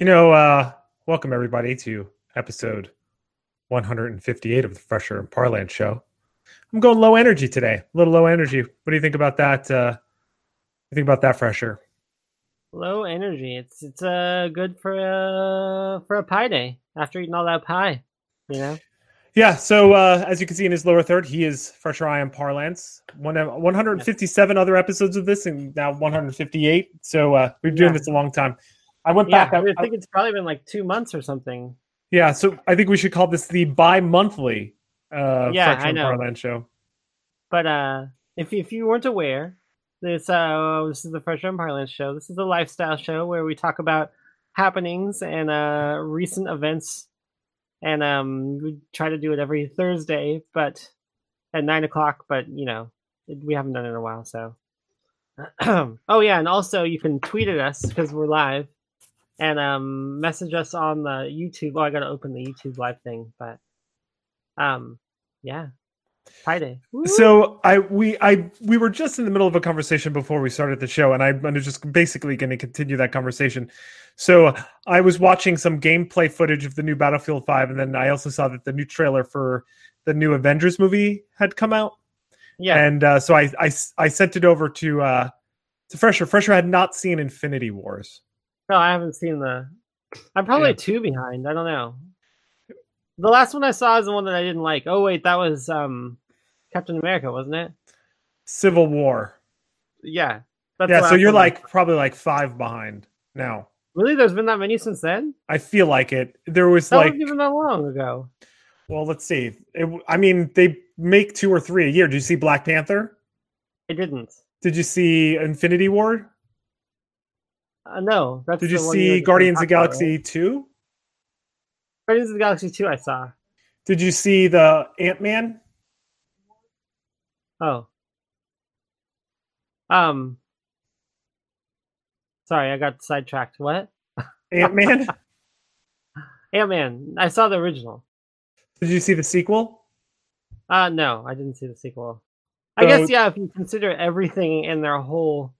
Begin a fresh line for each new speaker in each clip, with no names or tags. You know, uh, welcome everybody to episode 158 of the Fresher and Parland Show. I'm going low energy today, a little low energy. What do you think about that? Uh, you think about that Fresher?
Low energy. It's it's uh good for uh for a pie day after eating all that pie. You know.
Yeah. So uh, as you can see in his lower third, he is Fresher I Am Parlance. One 157 other episodes of this, and now 158. So uh, we've been doing
Yeah.
this a long time. I went
Yeah,
back.
I, would
I-
think it's probably been like two months or something.
Yeah, so I think we should call this the bi-monthly uh
Yeah,
French
I
and
know.
Parland show.
But uh, if if you weren't aware, this uh this is the Fresh and Parlance show. This is the lifestyle show where we talk about happenings and uh recent events, and um we try to do it every Thursday, but at nine o'clock. But you know it, we haven't done it in a while, so. oh yeah, and also you can tweet at us because we're live, and um message us on the YouTube. Oh, I gotta open the YouTube live thing, but um yeah, Pi Day. Woo!
So I we I we were just in the middle of a conversation before we started the show, and I, am just basically going to continue that conversation. So I was watching some gameplay footage of the new Battlefield Five, and then I also saw that the new trailer for the new Avengers movie had come out.
yeah.
And uh, so I, I s- I sent it over to uh, to Fresher. Fresher had not seen Infinity Wars.
No, I haven't seen the. I'm probably
Yeah.
two behind. I don't know. The last one I saw is the one that I didn't like. Oh wait, that was um Captain America, wasn't it?
Civil War.
Yeah. That's the
yeah, so
last
you're
one I-
like probably like five behind now.
really? There's been that many since then?
I feel like it. There was
That
like,
wasn't even that long ago.
well, let's see. It, I mean, they make two or three a year. Did you see Black Panther?
It didn't.
Did you see Infinity War?
Uh, no, that's.
Did you
the one were
see
just
Guardians of the
talking about, right?
Galaxy two?
Guardians of the Galaxy two, I saw.
Did you see the Ant Man?
Oh. Um. Sorry, I got sidetracked. What?
Ant Man.
Ant Man. I saw the original.
Did you see the sequel?
Uh no, I didn't see the sequel. I
So-
guess yeah, if you consider everything in their whole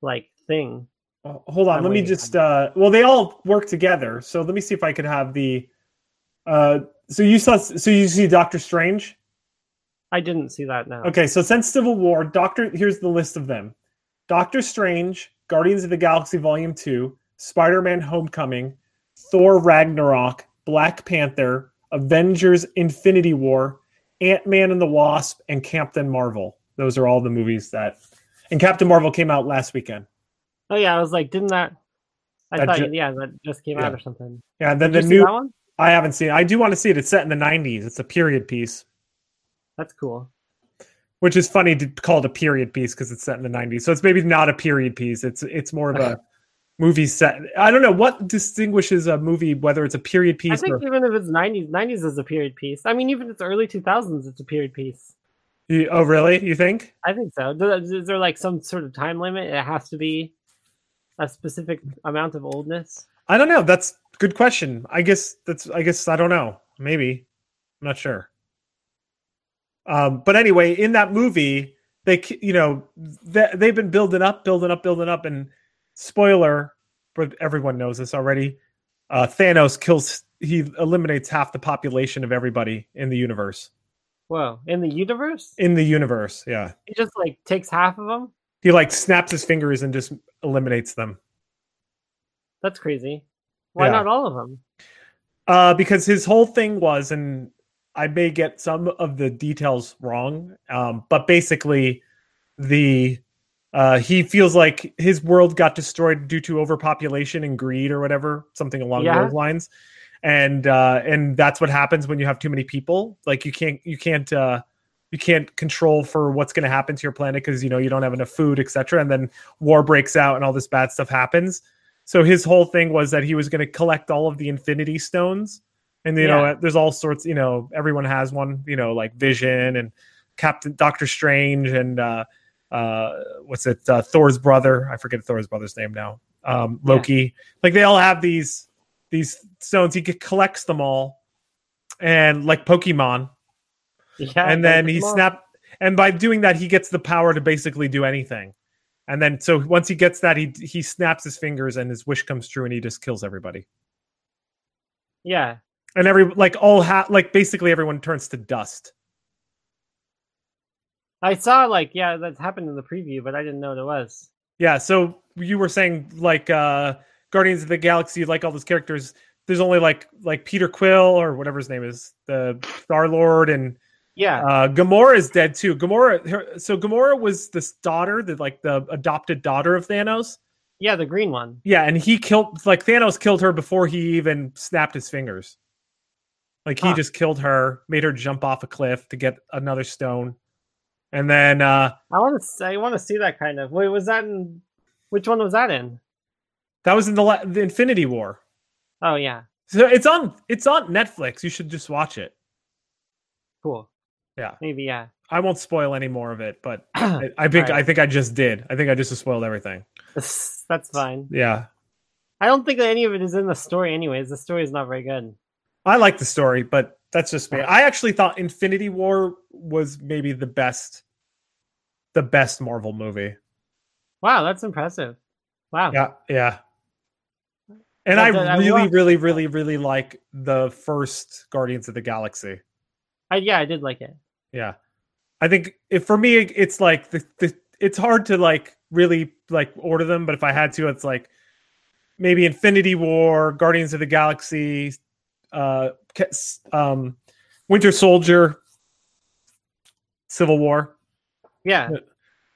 like thing.
Uh, hold on.
I'm
let me
waiting.
just. Uh, well, they all work together. So let me see if I could have the. Uh, so you saw. So you see Doctor Strange.
I didn't see that now.
Okay, so since Civil War, Doctor, here's the list of them: Doctor Strange, Guardians of the Galaxy Volume Two, Spider-Man: Homecoming, Thor: Ragnarok, Black Panther, Avengers: Infinity War, Ant-Man and the Wasp, and Captain Marvel. Those are all the movies that. And Captain Marvel came out last weekend.
Oh yeah, I was like, didn't that I
That
thought
ju-
yeah, that just came
Yeah.
out or something.
Yeah, and then
Did you
the
see
new.
that one?
I haven't seen. it. I do want to see it. It's set in the '90s. It's a period piece,
That's cool.
which is funny to call it a period piece because it's set in the '90s. So it's maybe not a period piece. It's it's more of a movie set. I don't know what distinguishes a movie whether it's a period
I
piece or
think even if it's nineties, nineties is a period piece. I mean even if it's early two thousands it's a period piece.
You- oh really? You think?
I think so. Does- Is there like some sort of time limit? It has to be a specific amount of oldness.
I don't know. That's a good question. I guess that's I guess I don't know. Maybe. I'm not sure. Um but anyway, in that movie, they k- you know, they, they've been building up, building up, building up and spoiler, but everyone knows this already. Uh Thanos kills he eliminates half the population of everybody in the universe.
Whoa. In the universe?
In the universe, yeah.
It just like takes half of them?
he like snaps his fingers and just eliminates them
That's crazy. Why
Yeah.
not all of them?
uh because his whole thing was and i may get some of the details wrong um but basically the uh he feels like his world got destroyed due to overpopulation and greed or whatever something along
Yeah.
those lines and uh and that's what happens when you have too many people like you can't you can't uh you can't control for what's going to happen to your planet because you know you don't have enough food etc and then war breaks out and all this bad stuff happens so his whole thing was that he was going to collect all of the infinity stones and you
Yeah.
know there's all sorts you know everyone has one you know like vision and captain doctor strange and uh uh what's it uh, thor's brother i forget thor's brother's name now um
Yeah.
loki like they all have these these stones he c- collects them all and like pokemon
Yeah,
and then he
Pokemon.
snap and by doing that he gets the power to basically do anything and then so once he gets that he he snaps his fingers and his wish comes true and he just kills everybody
Yeah,
and every like all ha- like basically everyone turns to dust
I saw like yeah that happened in the preview, but I didn't know what it was.
yeah so you were saying like uh guardians of the galaxy like all those characters there's only like like peter quill or whatever his name is the star lord and
Yeah,
Uh, Gamora is dead too. Gamora, her, so Gamora was this daughter, the like the adopted daughter of Thanos.
yeah, the green one.
Yeah, and he killed like Thanos killed her before he even snapped his fingers. Like he
Huh.
just killed her, made her jump off a cliff to get another stone, and then uh,
I want to I want to see that kind of. Wait, was that in? Which one was that in?
that was in the, la- the Infinity War.
Oh yeah,
So it's on it's on Netflix. You should just watch it.
cool.
Yeah.
maybe yeah.
I won't spoil any more of it, but I, I think I
Alright.
think I just did. I think I just spoiled everything.
That's fine.
Yeah,
I don't think that any of it is in the story, anyways. The story is not very good.
I like the story, but that's just me. I actually thought Infinity War was maybe the best, the best Marvel movie.
Wow, that's impressive. Wow.
Yeah, yeah. And
Yeah,
I
that- I
really,
watched-
really, really, really like the first Guardians of the Galaxy.
I, yeah, I did like it.
Yeah, I think if for me, it's like the, the it's hard to like really like order them, but if I had to, it's like maybe Infinity War, Guardians of the Galaxy, uh, ca- s- um, Winter Soldier, Civil War.
Yeah,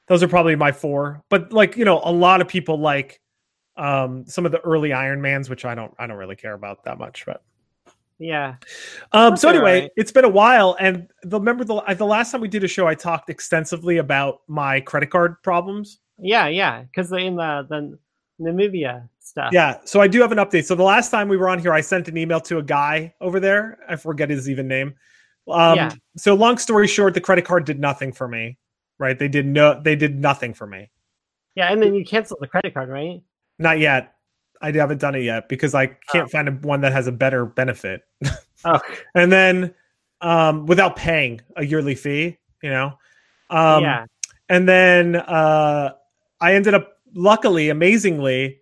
Those are probably my four. But like you know, a lot of people like um some of the early Iron Mans, which I don't I don't really care about that much, but.
yeah,
Um,
That's
so
all
anyway,
right.
it's been a while, and the, remember the uh, the last time we did a show, I talked extensively about my credit card problems.
yeah, yeah. Because in the the Namibia stuff.
Yeah, so I do have an update. So the last time we were on here, I sent an email to a guy over there. I forget his even name. Um,
Yeah.
So long story short, the credit card did nothing for me. Right? They did no. They did nothing for me.
yeah. And then you canceled the credit card, right?
Not yet. I haven't done it yet because I can't find a, one that has a better benefit.
Oh,
And then um, without paying a yearly fee, you know. Um,
yeah,
and then uh, I ended up luckily, amazingly,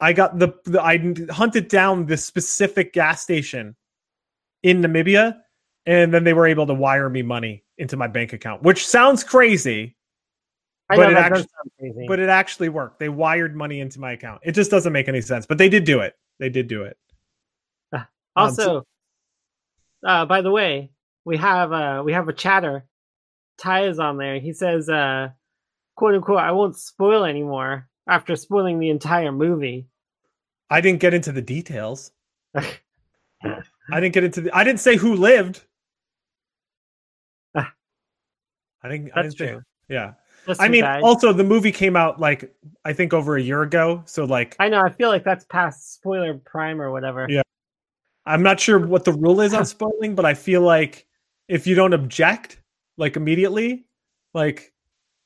I got the, the I hunted down this specific gas station in Namibia, and then they were able to wire me money into my bank account, which sounds crazy,
I
but
know
it
that does
actu-
sound crazy.
but it actually worked. They wired money into my account. It just doesn't make any sense, but they did do it. They did do it. um,
also, uh, by the way, we have uh we have a chatter. Ty is on there. He says, uh, "quote unquote," I won't spoil anymore after spoiling the entire movie.
I didn't get into the details. I didn't get into the. I didn't say who lived. I
Ah.
didn't. I
That's
didn't say-
true.
Yeah.
Just
I
too
mean,
bad.
also the movie came out like I think over a year ago, so like
I know. I feel like that's past spoiler prime or whatever.
Yeah. I'm not sure what the rule is on spoiling, but I feel like if you don't object like immediately, like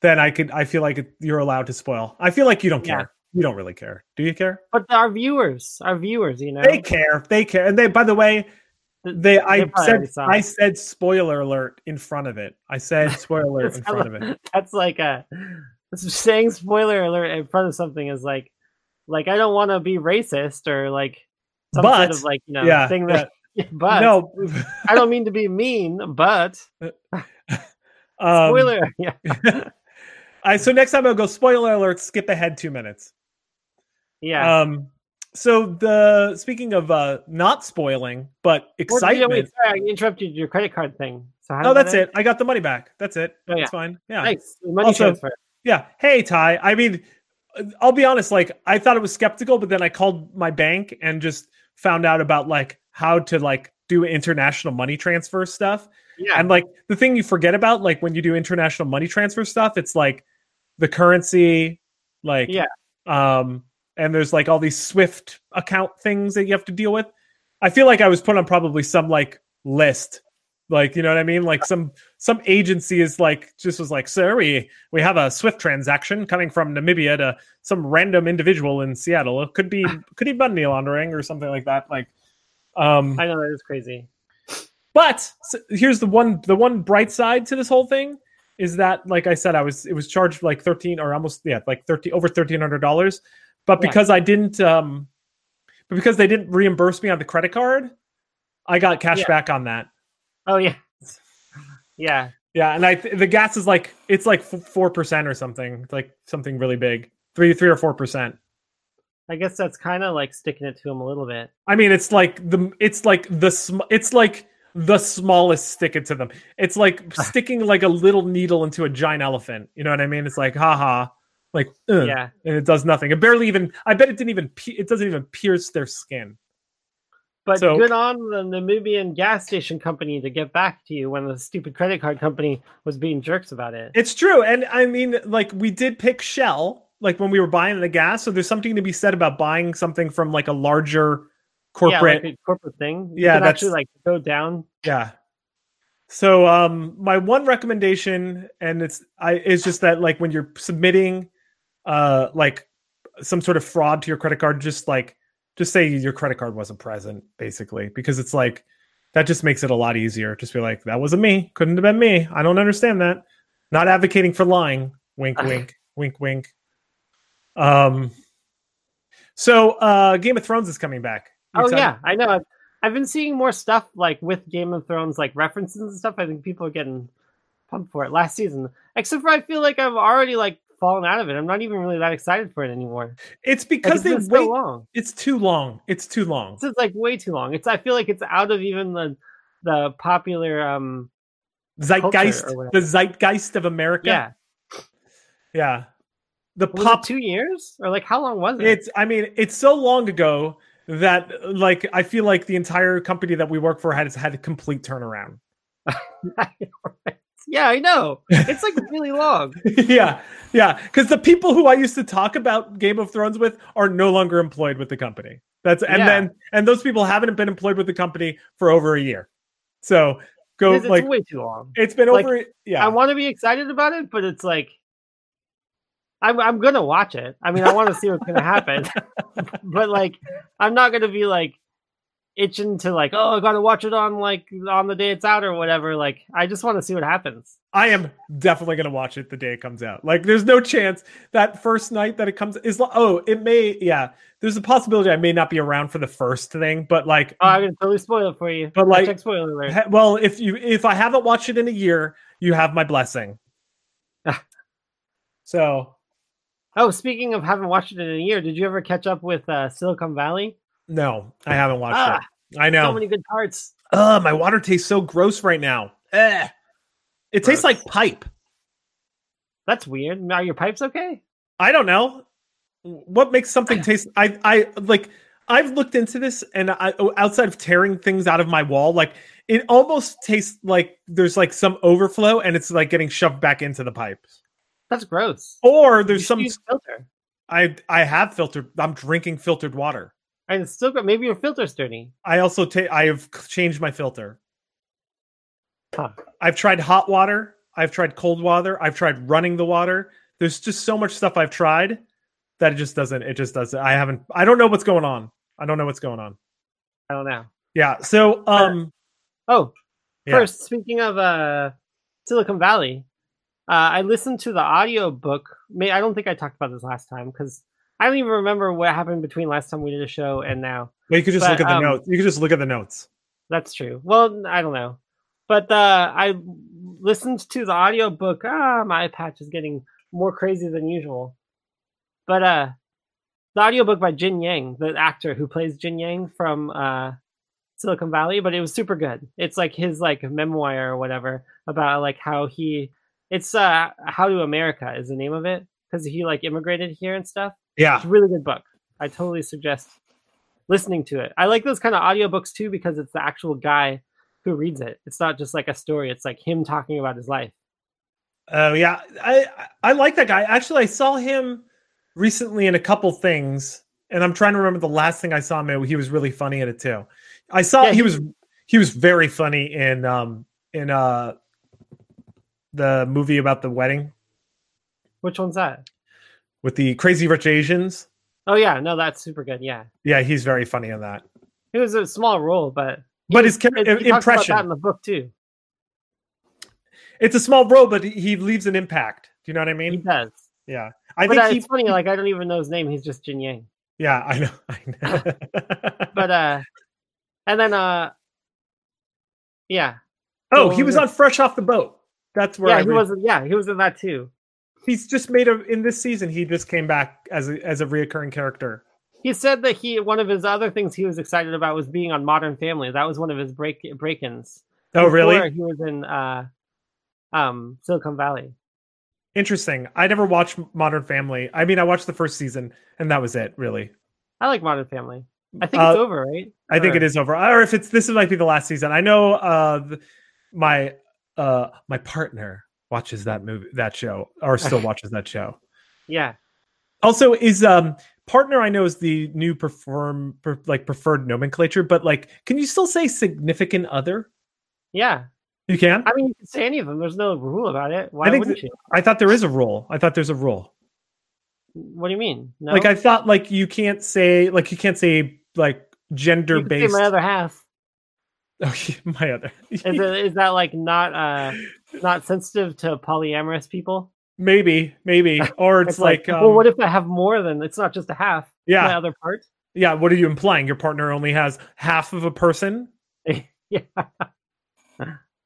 then I could I feel like it, you're allowed to spoil. I feel like you don't
Yeah.
care. You don't really care. Do you care?
But our viewers, our viewers, you know,
They care. They care. And they by the way,
th-
they I
probably already
said
saw
I
it.
said spoiler alert in front of it. I said spoiler alert in front of it.
That's like a saying spoiler alert in front of something is like, like I don't want to be racist or like some sort
But-
of like you know
yeah,
thing that. But
no.
I don't mean to be mean, but
um,
spoiler. Yeah,
I, so next time I'll go spoiler alert, skip ahead 2 minutes.
yeah.
Um, so the speaking of uh not spoiling but
What- yeah,
excitement.
wait, sorry, I interrupted your credit card thing. So how
oh,
did that
that's
end?
it. I got the money back. That's it.
Oh, yeah.
That's fine. Yeah,
Nice money
Also-
transfer.
yeah. Hey, Ty. I mean, I'll be honest. Like, I thought it was skeptical, but then I called my bank and just found out about like how to like do international money transfer stuff.
Yeah,
And like the thing you forget about, like when you do international money transfer stuff, it's like the currency, like
Yeah.
um, and there's like all these Swift account things that you have to deal with. I feel like I was put on probably some like list, like you know what I mean, like some some agency is like just was like, sir, we we have a Swift transaction coming from Namibia to some random individual in Seattle. It could be could be money laundering or something like that. Like, um,
I know that is crazy.
But so here's the one the one bright side to this whole thing is that like I said I was it was charged like 13 or almost yeah like 30 over $1300 but
Yeah.
because I didn't um but because they didn't reimburse me on the credit card I got cash
Yeah.
back on that.
Oh yeah, yeah.
Yeah, and I th- the gas is like it's like four percent or something, It's like something really big, three three or four percent.
I guess that's kind of like sticking it to him a little bit.
I mean, it's like the it's like the sm- it's like the smallest stick it to them. It's like sticking like a little needle into a giant elephant. You know what I mean? It's like haha, like ugh,
Yeah,
and it does nothing. It barely even. I bet it didn't even. Pe- it doesn't even pierce their skin.
but
So-
good on the Namibian gas station company to get back to you when the stupid credit card company was being jerks about it.
It's true, and I mean, like we did pick Shell, like when we were buying the gas. So there's something to be said about buying something from like a larger corporate.
yeah, like a corporate thing. You
Yeah,
can actually
that's-
like go down.
Yeah. So um my one recommendation and it's I is just that like when you're submitting uh like some sort of fraud to your credit card just like just say your credit card wasn't present basically because it's like that just makes it a lot easier just be like that wasn't me couldn't have been me I don't understand that not advocating for lying wink wink wink wink um so uh Game of Thrones is coming back You
Oh
excited?
yeah, I know. I've, I've been seeing more stuff like with Game of Thrones, like references and stuff. I think people are getting pumped for it last season. Except for I feel like I've already like fallen out of it. I'm not even really that excited for it anymore.
it's
Like,
because
it's
they
been
wait
so long.
It's too long. It's too long.
This is like way too long. It's I feel like it's out of even the the popular um
Zeitgeist,
culture or whatever.
the zeitgeist of America.
yeah.
yeah. The
Was
pop.
it two years? Or like how long was it?
it's. I mean, it's so long ago that like I feel like the entire company that we work for had had a complete turnaround.
yeah, I know. It's like really long.
yeah, yeah. Because the people who I used to talk about Game of Thrones with are no longer employed with the company. That's and
Yeah.
then and those people haven't been employed with the company for over a year. So go
'Cause It's
like
way too long.
it's been
like,
over. Yeah,
I want to be excited about it, but it's like I'm I'm gonna watch it. I mean, I want to see what's gonna happen, but like I'm not gonna be like itching to like oh I gotta watch it on like on the day it's out or whatever. Like I just want to see what happens.
I am definitely going to watch it the day it comes out. Like, there's no chance that first night that it comes is. li- Oh, it may. Yeah, there's a possibility I may not be around for the first thing, but like,
Oh, I'm gonna totally spoil it for you.
But, like-
Hashtag spoiler alert.
he- well, if you if I haven't watched it in a year, you have my blessing. so
Oh, speaking of haven't watched it in a year, did you ever catch up with uh, Silicon Valley?
no, I haven't watched
Ah,
it. I
So
know.
many good parts.
Ugh, my water tastes so gross right now. Eh. It tastes
Gross.
like pipe.
That's weird. Are your pipes okay?
I don't know what makes something taste. I I like. I've looked into this, and I, outside of tearing things out of my wall, like it almost tastes like there's like some overflow, and it's like getting shoved back into the pipes.
That's gross.
Or
You
there's
should
some.
use filter,
I I have filtered. I'm drinking filtered water.
and it's still gr- maybe your filter's dirty.
I also take. I have changed my filter.
Huh.
I've tried hot water. I've tried cold water. I've tried running the water. There's just so much stuff I've tried that it just doesn't. It just doesn't. I haven't. I don't know what's going on. I don't know what's going on.
I don't know.
Yeah. So, um,
Oh,
Yeah.
first, speaking of uh, Silicon Valley, uh, I listened to the audio book. May I don't think I talked about this last time because I don't even remember what happened between last time we did a show and now.
well, you could just
But,
look at the
um,
notes. You could just look at the notes.
That's true. Well, I don't know. But uh, I listened to the audio book. Ah, my patch is getting more crazy than usual. But uh, the audiobook by Jin Yang, the actor who plays Jin Yang from uh, Silicon Valley, but it was super good. It's like his like memoir or whatever about like how he it's uh How to America is the name of it because he like immigrated here and stuff.
Yeah.
It's a really good book. I totally suggest listening to it. I like those kind of audiobooks too because it's the actual guy who reads it. It's not just like a story, it's like him talking about his life.
Oh, yeah. I I- I like that guy. Actually, I saw him recently in a couple things, and I'm trying to remember the last thing I saw him. in. He was really funny in it too. I saw
Yeah,
he
he-
was he was very funny in um in uh the movie about the wedding
Which one's that?
with the crazy rich Asians.
Oh yeah, no, that's super good. Yeah.
Yeah, he's very funny in that.
It was a small role, but
But
He-
his char-
he talks about
impression.
that in the book too.
It's a small role, but he leaves an impact. Do you know what I
He
mean?
does.
Yeah, I
but
think
uh,
he.
it's funny. Like I don't even know his name. He's just Jin Yang.
Yeah, I know. I know.
But uh, and then uh, yeah,
oh, he was on Fresh Off the Boat. That's where
yeah,
I
he
re-
was. Yeah, he was in that too.
He's just made a in this season. He just came back as a, as a reoccurring character.
He said that he one of his other things he was excited about was being on Modern Family. That was one of his break break-ins.
Oh, really?
Before He was in uh, um, Silicon Valley.
Interesting. I never watched Modern Family. I mean, I watched the first season, and that was it. Really,
I like Modern Family. I think it's
Uh,
over, right?
I think it is over. Or if it's this might be the last season. I know uh th- my uh my partner watches that movie that show or still watches that show.
Yeah,
Also is um partner I know is the new perform per, like preferred nomenclature, but like can you still say significant other?
yeah.
You can?
I mean, you can say any of them. There's no rule about it. Why
I think
wouldn't
that-
you?
I thought there is a rule. I thought there's a rule.
What do you mean? No?
Like I thought like you can't say like you can't say like gender
you could say
based
my other half.
Oh, my other
Is, it, is that like not uh not sensitive to polyamorous people?
maybe maybe or it's, like, um,
well, what if I have more than? It's not just a half.
yeah
My other part.
Yeah, what are you implying? Your partner only has half of a person?
Yeah.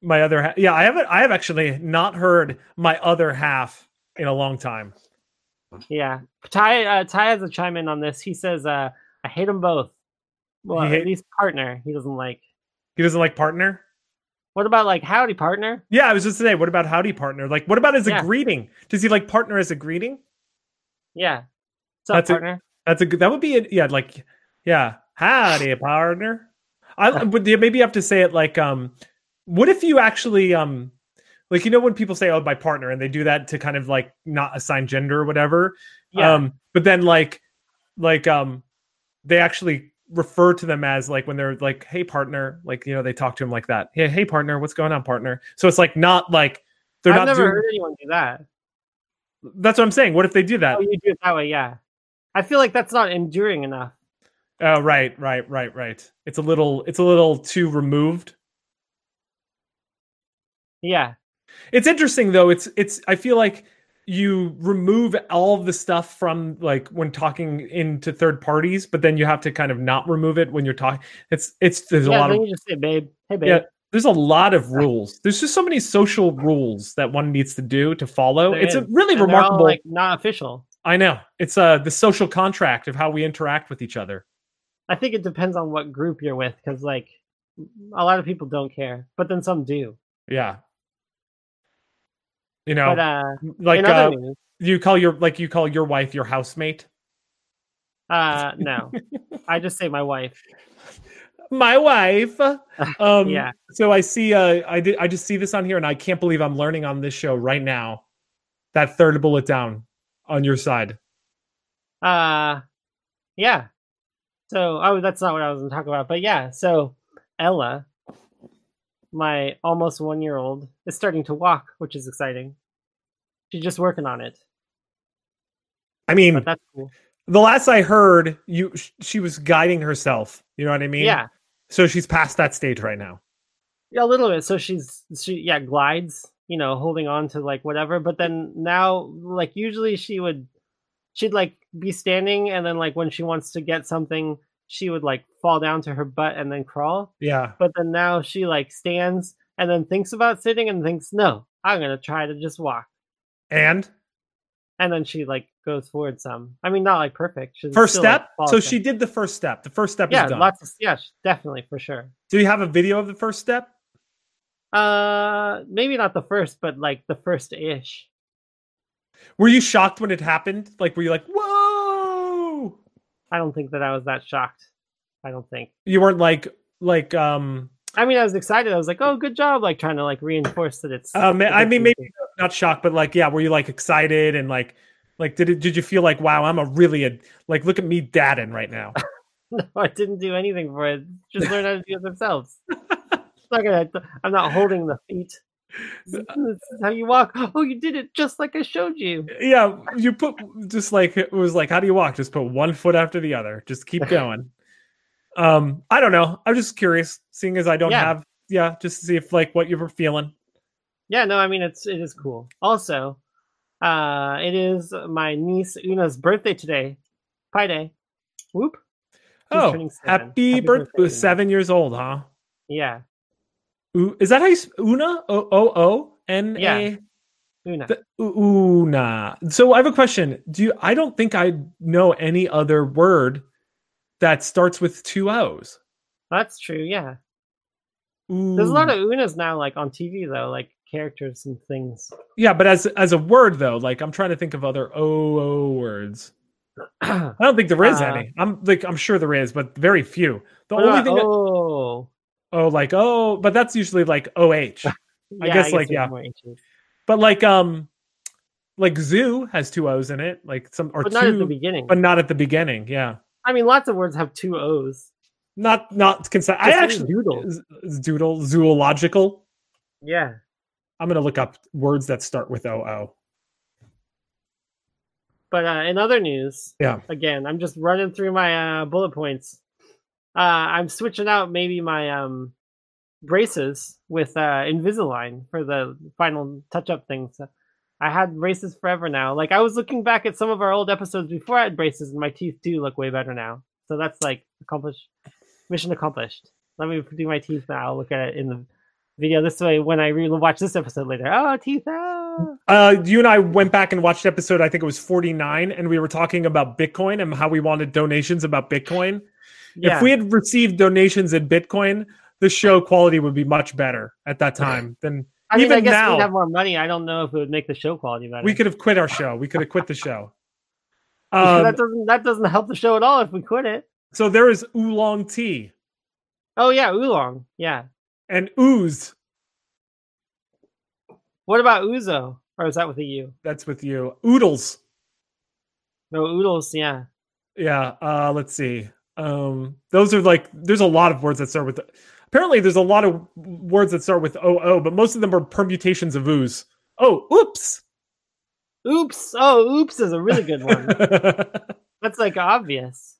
My other ha- Yeah, I haven't I have actually not heard my other half in a long time.
Yeah. Ty uh, Ty has a chime in on this. He says, uh, "I hate them both." Well,
You hate-
at least partner he doesn't like.
He doesn't like partner?
What about like howdy partner?
Yeah, I was just saying, what about howdy partner? Like what about as a
Yeah.
greeting? Does he like partner as a greeting?
Yeah. What's up,
That's a-
partner?
That's a good that would be a, yeah, like yeah, howdy partner. I would yeah, maybe you have to say it like um what if you actually um like you know when people say oh my partner and they do that to kind of like not assign gender or whatever
Yeah.
Um, but then like, like, um, they actually refer to them as like when they're like, "Hey, partner," like you know they talk to him like that. Yeah, hey, partner, what's going on, partner? So it's like not like they're
I've
not
never
doing.
heard anyone do that.
That's what I'm saying. What if they do that?
Oh, you do it that way, yeah. I feel like that's not enduring enough.
Oh, right, right, right, right. It's a little, it's a little too removed.
Yeah.
It's interesting though. It's, it's. I feel like you remove all of the stuff from like when talking into third parties, but then you have to kind of not remove it when you're talking. It's, it's. There's a
yeah.
lot
Then
of
you just say, "Babe, hey, babe."
Yeah, there's a lot of rules. There's just so many social rules that one needs to do to follow.
There
it's a
is.
really
And they're all,
remarkable.
like not official.
I know. It's uh the social contract of how we interact with each other.
I think it depends on what group you're with, because like a lot of people don't care, but then some do.
Yeah. You know,
But uh,
like
in other
uh,
news,
you call your like you call your wife your housemate.
uh, no, I just say my wife.
My wife. Um
yeah.
so I see uh I did I just see this on here and I can't believe I'm learning on this show right now. That third bullet down on your side.
Uh yeah. So oh that's not what I was gonna talk about, but yeah, so Ella, my almost one year old, is starting to walk, which is exciting. She's just working on it.
I mean,
But that's cool.
the last I heard, you sh- she was guiding herself. You know what I mean?
Yeah.
So she's past that stage right now.
Yeah, a little bit. So she's she yeah, glides, you know, holding on to like whatever, but then now like usually she would she'd like be standing and then like when she wants to get something, she would like fall down to her butt and then crawl.
Yeah.
but then now she like stands and then thinks about sitting and thinks no i'm gonna try to just walk
And
and then she like goes forward some i mean not like perfect She's
first
still, like,
step.
falls
so
down.
she did the first step. The first step
yeah
is done.
lots of yeah sh- definitely for sure
Do you have a video of the first step?
uh maybe not the first but like the first ish
Were you shocked when it happened? Like, were you like, whoa?
i don't think that i was that shocked i don't think
You weren't like, like, um,
i mean i was excited i was like oh good job like trying to like reinforce that it's
um
that
I
it's
mean,
easy.
maybe not shocked, but like, yeah, were you like excited and like, like, did it, did you feel like, wow, I'm a really, a, like, look at me dadding right now?
No, I didn't do anything for it. Just learn how to do it themselves. It's not gonna, I'm not holding the feet. This is how you walk. Oh, you did it just like I showed you.
yeah you put just like it was like how do you walk just put one foot after the other just keep going Um, I don't know. I'm just curious, seeing as I don't
Yeah.
have yeah, just to see if like what you were feeling.
Yeah, no, I mean it's it is cool. Also, uh it is my niece Una's birthday today. Pi Day. Whoop. She's
oh,
turning seven.
happy, birthday! Seven years old, huh?
Yeah.
Ooh, is that how you sp- Una? O O O N A.
Una.
The- ooh, Una. So I have a question. Do you? I don't think I know any other word that starts with two O's.
That's true, yeah.
Ooh.
There's a lot of Unas now like on TV though, like characters and things.
yeah, but as as a word though, like I'm trying to think of other O O words.
What
I don't think there is
Uh,
any. I'm like I'm sure there is, but very few. The only
about-
thing that,
oh,
oh like oh, but that's usually like O H.
yeah,
guess, like,
there's
yeah.
more ancient.
But like um like zoo has two O's in it, like some or
But not at the
two
beginning.
but not at the beginning, yeah.
I mean lots of words have two O's.
Not not consent. I
Just say
actually
doodle.
z- z- doodle zoological.
Yeah.
I'm gonna look up words that start with O O.
But uh, in other news,
Yeah.
Again, I'm just running through my uh, bullet points. Uh, I'm switching out maybe my um, braces with uh, Invisalign for the final touch-up things. I had braces forever now. Like I was looking back at some of our old episodes before I had braces, and my teeth do look way better now. So that's like accomplished, mission accomplished. Let me do my teeth now. I'll look at it in the video this way when I re-watch this episode later. Oh, teeth! ah.
Uh, you and I went back and watched episode. I think it was 49, and we were talking about Bitcoin and how we wanted donations about Bitcoin.
Yeah.
If we had received donations in Bitcoin, the show quality would be much better at that time. Then
I mean, I
Even
guess
now-
we'd have more money. I don't know if it would make the show quality better.
we could have quit our show. We could have quit the show.
that
Um,
doesn't that doesn't help the show at all if we quit it.
so there is oolong tea
Oh yeah, oolong. Yeah.
and ooze.
What about ouzo? Or is that with a U?
That's with you. Oodles.
No, oodles. Yeah.
Yeah. Uh, let's see. Um, those are like there's a lot of words that start with. Apparently, there's a lot of words that start with oo, but most of them are permutations of ooze. Oh, oops.
Oops. Oh, oops is a really good one. That's like obvious.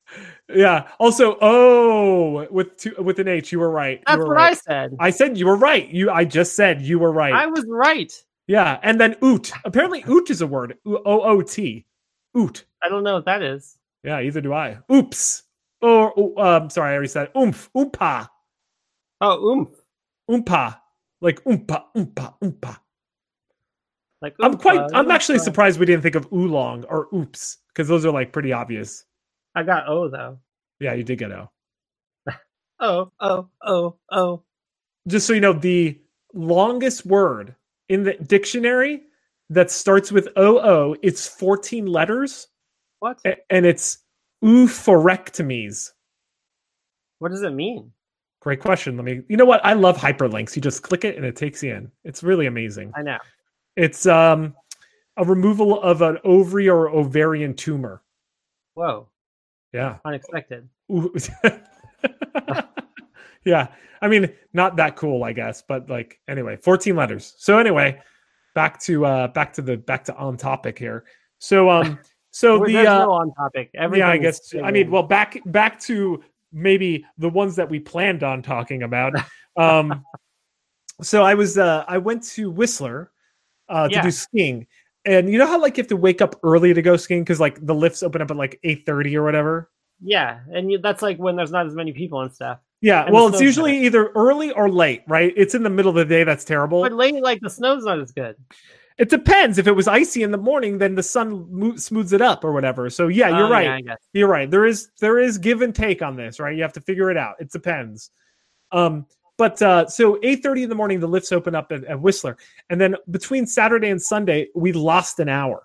yeah. Also, oh, with two, with an H. You were right. You
That's
were
what
right.
I said.
I said you were right. You, I just said you were right.
I was right.
yeah, and then oot. Apparently, oot is a word. O O T, oot.
I don't know what that is.
Yeah, either do I. Oops. Or oh, um, sorry, I already said oomph. Oompa.
Oh, oomph.
Oompa. Like oompa. Oompa. Oompa.
Like uh,
I'm quite.
oompa,
I'm actually
oompa.
surprised we didn't think of oolong or oops because those are like pretty obvious.
I got O though.
Yeah, you did get O.
Oh, oh, oh, oh.
just so you know, the longest word in the dictionary that starts with OO, it's 14 letters
What?
a- and it's oophorectomies.
What does it mean?
Great question. Let me, you know what? I love hyperlinks. You just click it and it takes you in. It's really amazing.
I know.
It's um, a removal of an ovary or ovarian tumor.
Whoa.
Yeah.
Unexpected.
Ooh. yeah. I mean, not that cool, I guess, but like anyway, 14 letters. So anyway, back to uh back to the back to on topic here. So um so
We're-
the
There's
uh
no on topic.
yeah, I
Everything is
guess I mean,
figured.
well back back to maybe the ones that we planned on talking about. Um so I was uh I went to Whistler uh to
Yeah.
do skiing. And you know how like you have to wake up early to go skiing cuz like the lifts open up at like 8:30 or whatever?
Yeah, and you, that's like when there's not as many people and stuff.
Yeah,
And the
well, it's
snow's
usually either early or late, right? It's in the middle of the day that's terrible.
But late, like the snow's not as good.
It depends. If it was icy in the morning, then the sun mo- smooths it up or whatever. So yeah, you're
Oh,
right.
Yeah, I guess.
You're right. There is there is give and take on this, right? You have to figure it out. It depends. Um, but uh, so 8:30 in the morning, the lifts open up at, at Whistler, and then between Saturday and Sunday, we lost an hour.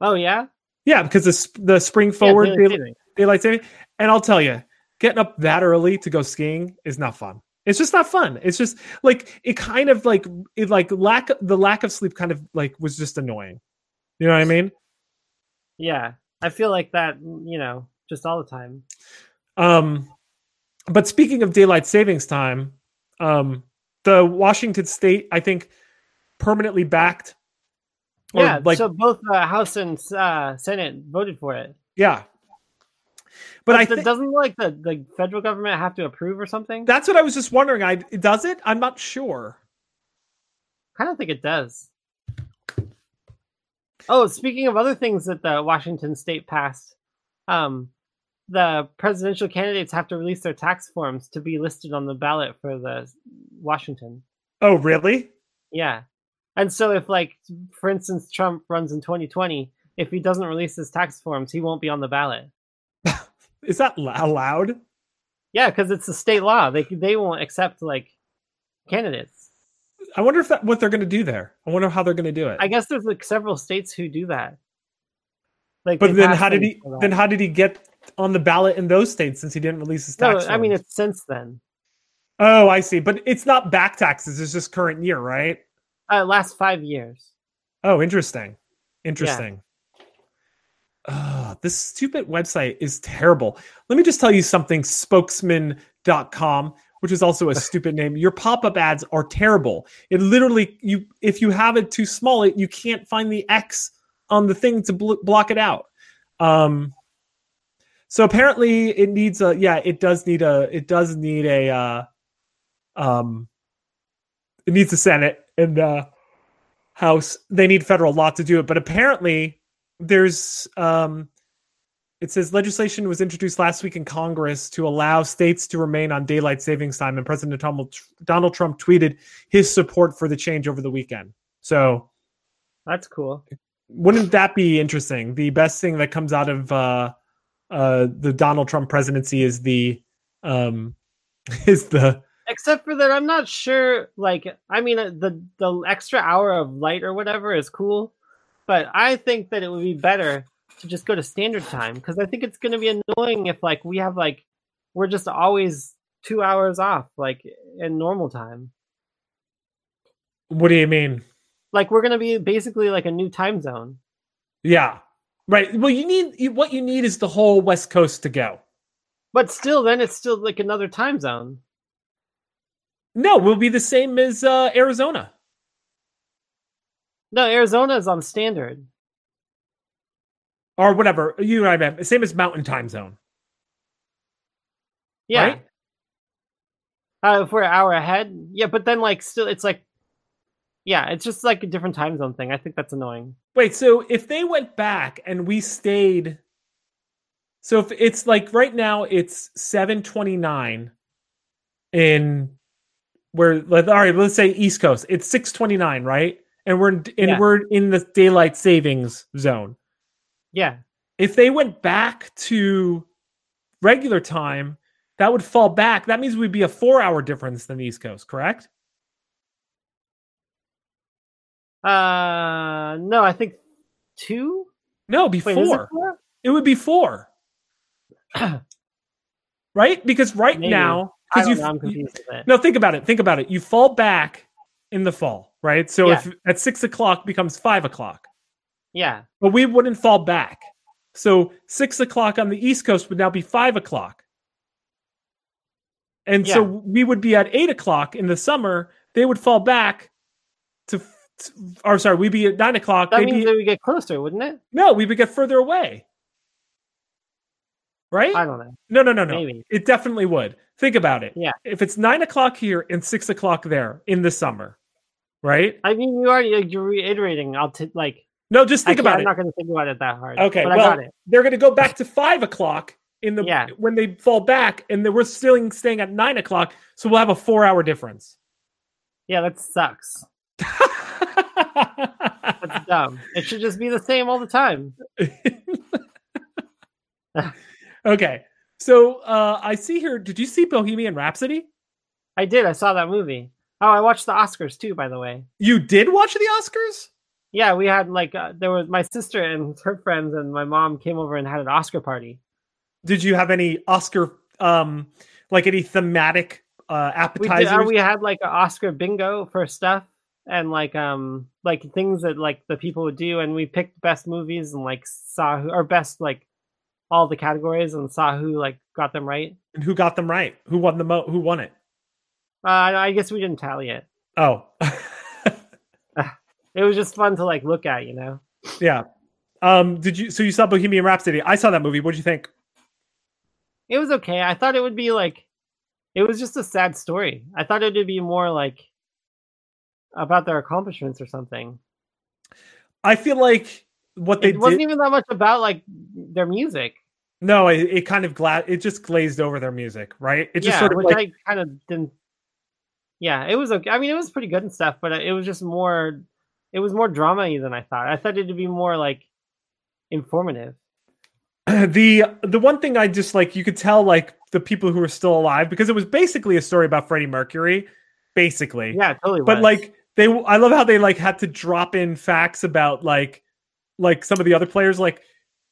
Oh yeah.
Yeah, because the sp- the spring
Yeah,
forward
Taylor
daily-
Swift.
daylight saving. And I'll tell you, getting up that early to go skiing is not fun. It's just not fun. It's just like it kind of like it like lack the lack of sleep kind of like was just annoying. You know what I mean?
Yeah, I feel like that. You know, just all the time.
Um but speaking of daylight savings time, um the Washington state I think permanently backed or
yeah.
like
so both uh, House and uh, Senate voted for it.
yeah. But I
th-
think
doesn't like the, the federal government have to approve or something?
that's what I was just wondering. I does it? I'm not sure.
I don't think it does. Oh, speaking of other things that the Washington state passed, um, the presidential candidates have to release their tax forms to be listed on the ballot for the Washington.
Oh, really?
Yeah. And so if like for instance Trump runs in 2020, if he doesn't release his tax forms, he won't be on the ballot.
Is that l- allowed?
Yeah, cuz it's a state law. They they won't accept like candidates.
I wonder if that what they're going to do there. I wonder how they're going to do it.
I guess there's like several states who do that. Like
but
they
then
pass
how did
things
he?
for that.
Then how did he get on the ballot in those states since he didn't release his
No,
tax?
I mean
forms?
it's since then.
oh, I see. But it's not back taxes. It's just current year, right?
Uh, last 5 years.
Oh, interesting. Interesting. Ah, this stupid website is terrible. Let me just tell you something spokesman.com, which is also a stupid name. Your pop-up ads are terrible. It literally you if you have it too small, it you can't find the X on the thing to bl- block it out. Um so apparently it needs a yeah, it does need a it does need a uh um it needs a Senate and uh house they need federal law to do it but apparently there's um it says legislation was introduced last week in congress to allow states to remain on daylight savings time and president Tom- donald trump tweeted his support for the change over the weekend so
That's cool.
wouldn't that be interesting the best thing that comes out of uh uh the donald trump presidency is the um is the
Except for that I'm not sure like I mean uh, the the extra hour of light or whatever is cool, but I think that it would be better to just go to standard time cuz I think it's going to be annoying if like we have like we're just always 2 hours off like in normal time.
what do you mean
Like we're going to be basically like a new time zone.
yeah right well you need you, what you need is the whole west coast to go
But still then it's still like another time zone.
No, we'll be the same as uh, Arizona.
No, Arizona is on standard.
Or whatever. You know what I meant. Same as Mountain Time Zone.
Yeah.
Right?
Uh, if we're an hour ahead, yeah, but then like still, it's like, yeah, it's just like a different time zone thing. I think that's annoying.
Wait, so if they went back and we stayed. So if it's like right now it's 729 in where like, all right, let's say East Coast. It's 629, right? And we're in, and
Yeah.
we're in the daylight savings zone.
Yeah,
if they went back to regular time, that would fall back. That means we'd be a four hour difference than the East Coast, correct?
uh, no, I think two.
No, it'd be
Wait, is it
four.
four?
It would be four. right? Because right
Maybe.
now,
I
because
don't
you,
know. I'm
you
confused with it.
no, think about it. Think about it. You fall back in the fall, right? So
Yeah.
if at six o'clock becomes five o'clock,
Yeah,
but we wouldn't fall back. So six o'clock on the East Coast would now be five o'clock. And so we would be at eight o'clock in the summer. They would fall back to, to or sorry, we'd be at nine o'clock.
that
They'd
means
be,
that we get closer, wouldn't it?
no, we would get further away. Right?
I don't know.
no, no, no, no.
Uh, Maybe.
It definitely would. Think about it.
Yeah.
If it's nine o'clock here and six o'clock there in the summer, right?
I mean, you already like, you're reiterating. I'll t- like
No, just
I
think
can't-
about
I'm
it.
not going to think about it that hard.
Okay,
but
well,
I got it.
they're going to go back to five o'clock in the
Yeah.
when they fall back, and then we're still staying at nine o'clock, so we'll have a four-hour difference.
Yeah, that sucks. That's dumb. It should just be the same all the time.
okay, so uh, I see here. Did you see Bohemian Rhapsody?
I did. I saw that movie. Oh, I watched the Oscars too, by the way.
You did watch the Oscars?
Yeah, we had like uh, there was my sister and her friends and my mom came over and had an Oscar party.
Did you have any Oscar, um, like any thematic uh,
We did,
appetizers?
uh, we had like an Oscar bingo for stuff and like um like things that like the people would do and we picked best movies and like saw who or best like all the categories and saw who like got them right.
and who got them right? Who won the mo? Who won it?
Uh, I guess we didn't tally it.
Oh,
It was just fun to like look at, you know.
yeah. Um, did you? So you saw Bohemian Rhapsody? I saw that movie. What did you think?
it was okay. I thought it would be like it was just a sad story. I thought it would be more like about their accomplishments or something.
I feel like what they
It wasn't
did.
even that much about like their music.
No, it, it kind of gla- It just glazed over their music, right? It just
yeah,
sort of
which
like
I kind of didn't. Yeah, it was okay. I mean, it was pretty good and stuff, but it was just more. It was more drama than I thought. I thought it'd be more like informative.
the the one thing I just like you could tell like the people who are still alive because it was basically a story about Freddie Mercury, basically.
Yeah, it totally.
but
was.
like they, I love how they like had to drop in facts about like like some of the other players like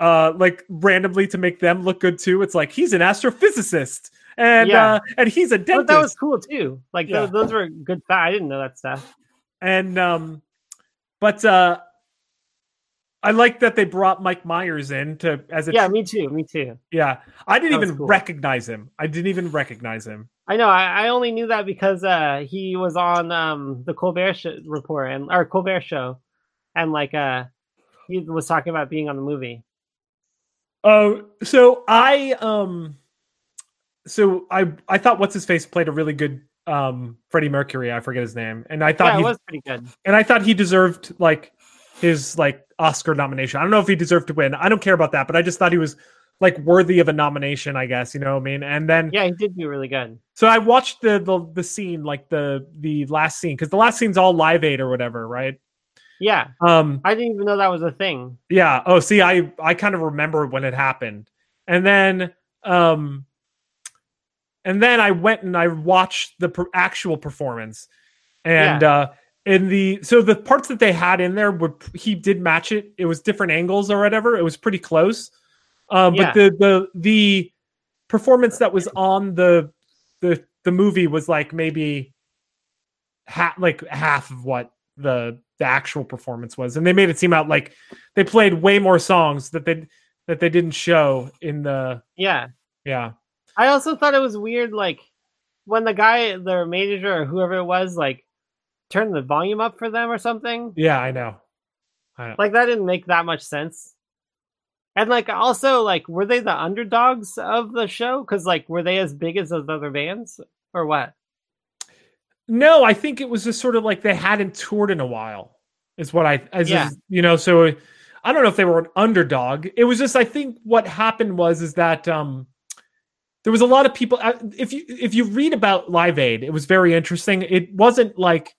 uh like randomly to make them look good too. It's like he's an astrophysicist and
Yeah.
uh and he's a
but
dentist
that was cool too. Like
Yeah.
tho- those were good. fa- I didn't know that stuff.
and um but uh I like that they brought Mike Myers in to as a
yeah, me too. Me too.
Yeah, I didn't
That was
even
cool.
recognize him. I didn't even recognize him.
I know. I, I only knew that because uh, he was on um, the Colbert sh- report and or Colbert show, and like uh, he was talking about being on the movie.
Oh, so I um, so I I thought what's his face played a really good um Freddie Mercury. I forget his name, and I thought
Yeah,
he
it was pretty good.
and I thought he deserved like his like Oscar nomination. I don't know if he deserved to win. I don't care about that, but I just thought he was like worthy of a nomination. I guess you know what I mean. And then
Yeah, he did do really good.
so I watched the the the scene like the the last scene because the last scene's all live aid or whatever, right?
Yeah,
Um,
I didn't even know that was a thing.
yeah oh see i i kind of remember when it happened and then um and then i went and i watched the per- actual performance and uh in the so the parts that they had in there were he did match it it was different angles or whatever it was pretty close um
Yeah.
but the the the performance that was on the the the movie was like maybe ha- like half of what the the actual performance was and they made it seem out like they played way more songs that they that they didn't show in the
Yeah.
yeah
I also thought it was weird, like when the guy, their manager or whoever it was, like turned the volume up for them or something.
yeah i know I know.
Like that didn't make that much sense. And like also, like were they the underdogs of the show? Because like were they as big as those other bands or what?
no i think it was just sort of like they hadn't toured in a while is what i as
Yeah.
is- you know so i don't know if they were an underdog it was just i think what happened was is that um there was a lot of people I- if you if you read about live aid it was very interesting it wasn't like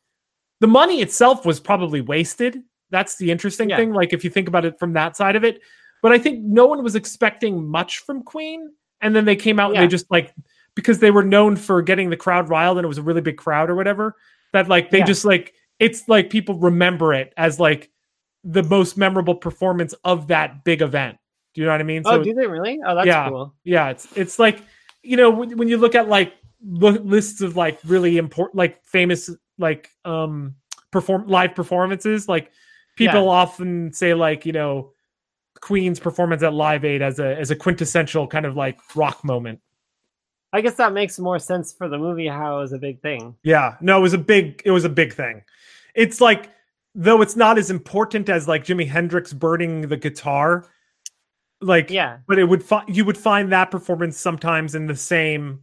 the money itself was probably wasted that's the interesting
Yeah.
thing like if you think about it from that side of it but i think no one was expecting much from queen and then they came out and
Yeah.
they just like because they were known for getting the crowd riled and it was a really big crowd or whatever that like they
Yeah.
just like it's like people remember it as like the most memorable performance of that big event do you know what i mean
oh, do they really? Oh, that's
Yeah.
cool.
yeah it's it's like you know when, when you look at like lo- lists of like really important like famous like um perform live performances like people
Yeah.
often say like you know queen's performance at live aid as a as a quintessential kind of like rock moment
I guess that makes more sense for the movie how it was a big thing.
yeah no it was a big it was a big thing it's like though it's not as important as like jimi hendrix burning the guitar like
Yeah.
but it would fi- you would find that performance sometimes in the same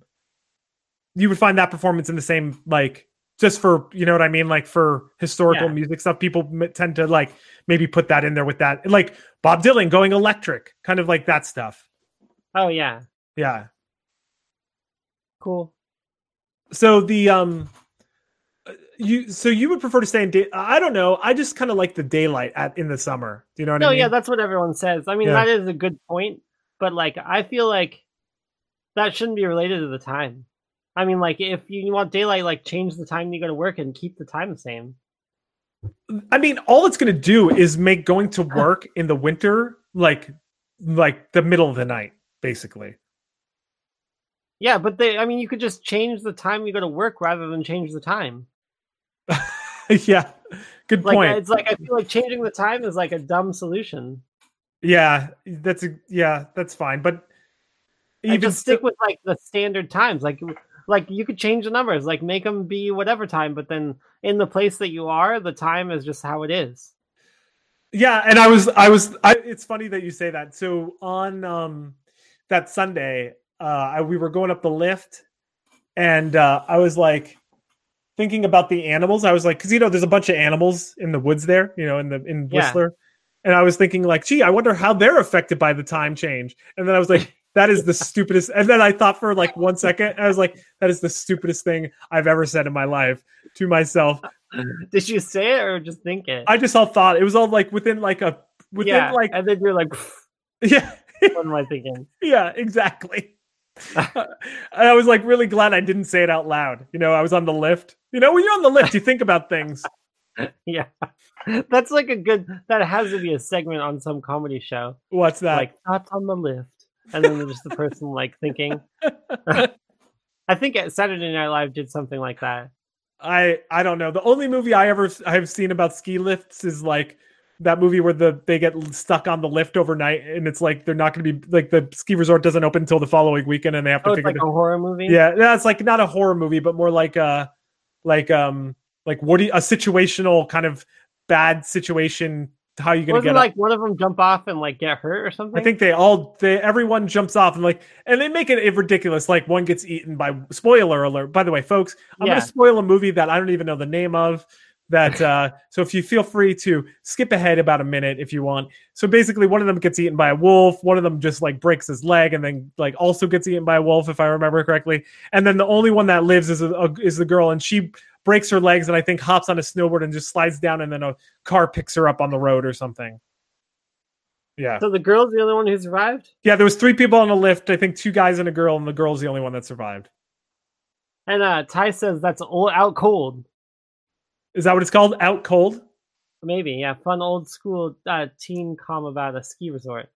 you would find that performance in the same like just for you know what i mean like for historical
Yeah.
music stuff people m- tend to like maybe put that in there with that like bob dylan going electric kind of like that stuff
Oh yeah.
yeah
Cool.
so the um you so you would prefer to stay in day i don't know i just kind of like the daylight at in the summer do you know what
No,
i mean
yeah, that's what everyone says. I mean,
Yeah.
that is a good point, but like, I feel like that shouldn't be related to the time. I mean, like, if you want daylight, like, change the time you go to work and keep the time the same.
I mean, all it's gonna do is make going to work in the winter like like the middle of the night, basically.
Yeah, but they, I mean, you could just change the time you go to work rather than change the time.
yeah. Good
Like,
point.
it's like, I feel like changing the time is like a dumb solution.
yeah, that's a yeah, that's fine. But
Even
even
just
still-
stick with like the standard times. Like, like you could change the numbers, like make them be whatever time, but then in the place that you are, the time is just how it is.
yeah, and I was I was I it's funny that you say that. So on um that Sunday, uh, I, we were going up the lift, and uh, I was like thinking about the animals. I was like, because you know, there's a bunch of animals in the woods there, you know, in the in
Yeah.
Whistler, and I was thinking like, gee, I wonder how they're affected by the time change. And then I was like, that is the stupidest. And then I thought for like one second, and I was like, that is the stupidest thing I've ever said in my life to myself.
Did you say it or just think it?
I just all thought it was all like within like a within
yeah,
like
and then you're like,
yeah.
what am I thinking?
Yeah, exactly. and I was like really glad I didn't say it out loud. You know, I was on the lift. You know, when you're on the lift, you think about things.
Yeah, that's like a good. That has to be a segment on some comedy show,
What's that?
like thoughts on the lift, and then just the person like thinking. I think at Saturday Night Live did something like that.
I I don't know. The only movie I ever I've seen about ski lifts is like that movie where the they get stuck on the lift overnight and it's like they're not going to be like the ski resort doesn't open until the following weekend and they have to
Oh, it's
figure
like
it
a
out.
horror movie.
Yeah, that's like not a horror movie but more like uh like um like what do you, a situational kind of bad situation how you going to
Wasn't
get out.
like one of them jump off and like get hurt or something?
I think they all they everyone jumps off and like and they make it ridiculous. Like one gets eaten by spoiler alert. By the way, folks, I'm
Yeah.
gonna spoil a movie that I don't even know the name of. That uh so if you feel free to skip ahead about a minute if you want. So basically one of them gets eaten by a wolf, one of them just like breaks his leg and then like also gets eaten by a wolf, if I remember correctly. And then the only one that lives is a, a- is the girl and she breaks her legs and I think hops on a snowboard and just slides down and then a car picks her up on the road or something. Yeah.
so. The girl's the only one who survived,
Yeah, there was three people on the lift. I think two guys and a girl, and the girl's the only one that survived.
and uh, Ty says that's all out cold.
Is that what it's called? Out cold?
Maybe yeah, fun old school uh, teen com about a ski resort.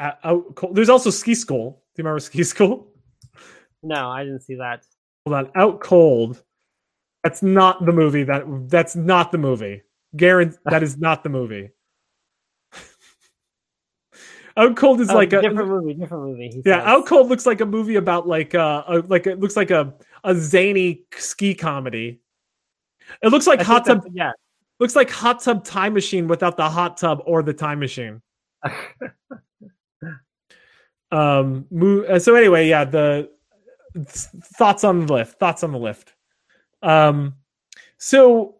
Uh, out cold. There's also ski school. Do you remember ski school?
No, I didn't see that.
Hold on. Out cold. That's not the movie. That that's not the movie. Guaran that is not the movie. out cold is
Oh,
like a
different movie, different movie. he
yeah.
says.
Out cold looks like a movie about like uh a, like it looks like a a zany ski comedy. It looks like
I think
hot tub
that's- Yeah,
Looks like hot tub time machine without the hot tub or the time machine. um. Mo- uh, so anyway, yeah. The th- thoughts on the lift. Thoughts on the lift. Um. So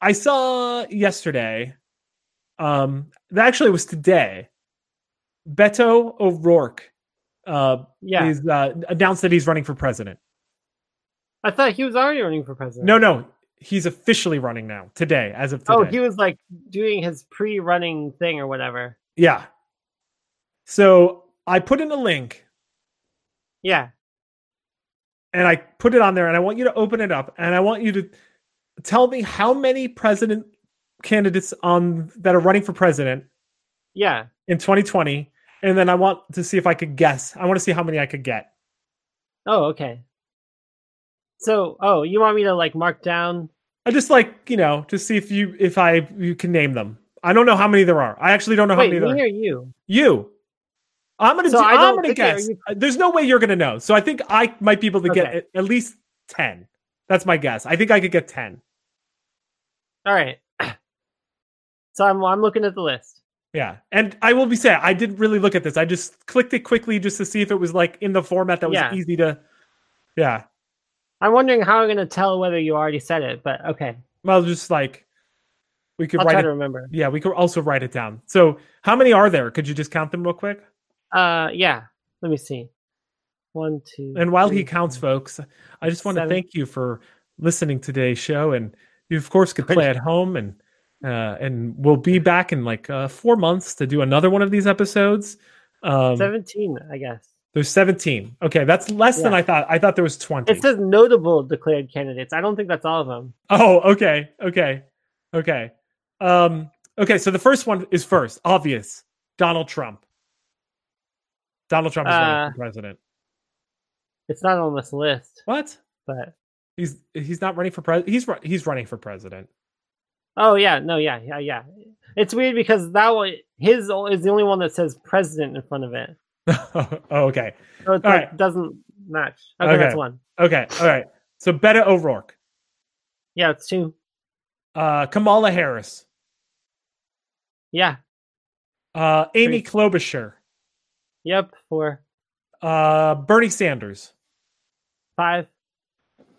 I saw yesterday. Um. That actually was today. Beto O'Rourke uh,
yeah.
is uh, announced that he's running for president.
I thought he was already running for president.
No, no, he's officially running now today, as of today.
Oh, he was like doing his pre-running thing or whatever.
Yeah. So I put in a link
Yeah,
and I put it on there and I want you to open it up and I want you to tell me how many president candidates on that are running for president
yeah.
in 2020 and then I want to see if I could guess. I want to see how many I could get.
Oh, okay. So, oh, you want me to like mark down?
I just like, you know, to see if you if I you can name them. I don't know how many there are. I actually don't know
Wait,
how
me
many there
or
are.
you?
You. I'm gonna
So
do,
I
I'm
don't
gonna
think they are
guess.
you-
Uh, There's no way you're gonna know. So I think I might be able to get
Okay.
at, at least ten. That's my guess. I think I could get ten.
All right. So I'm I'm looking at the list.
Yeah. And I will be saying I didn't really look at this. I just clicked it quickly just to see if it was like in the format that was
Yeah.
easy to Yeah.
I'm wondering how I'm gonna tell whether you already said it, but okay,
Well just like we could
I'll
write
try
it
to remember.
yeah, we could also write it down. So how many are there? Could you just count them real quick?
Uh, yeah. Let me see. One, two.
And while he
three,
counts,
four.
folks, I just want to
Seven.
thank you for listening to today's show. And you, of course, could play at home. And uh, and we'll be back in like uh, four months to do another one of these episodes. Um,
seventeen, I guess.
There's 17. Okay, that's less than
Yeah.
I thought. I thought there was 20.
It says notable declared candidates. I don't think that's all of them.
oh, okay, okay, okay, um, okay. So the first one is first obvious. Donald Trump. Donald Trump is running
Uh,
for president.
It's not on this list,
What?
but
He's he's not running for president. He's ru- he's running for president.
oh yeah, no, yeah, yeah, yeah. It's weird because that one, his o- is the only one that says president in front of it,
oh, okay.
so it like,
All right.
doesn't match. Okay, that's
Okay.
one.
Okay. All right. So Beto O'Rourke,
Yeah, it's two.
uh, Kamala Harris,
Yeah,
uh, Amy
Three.
uh, Klobuchar,
yep, four.
Uh, Bernie Sanders.
Five.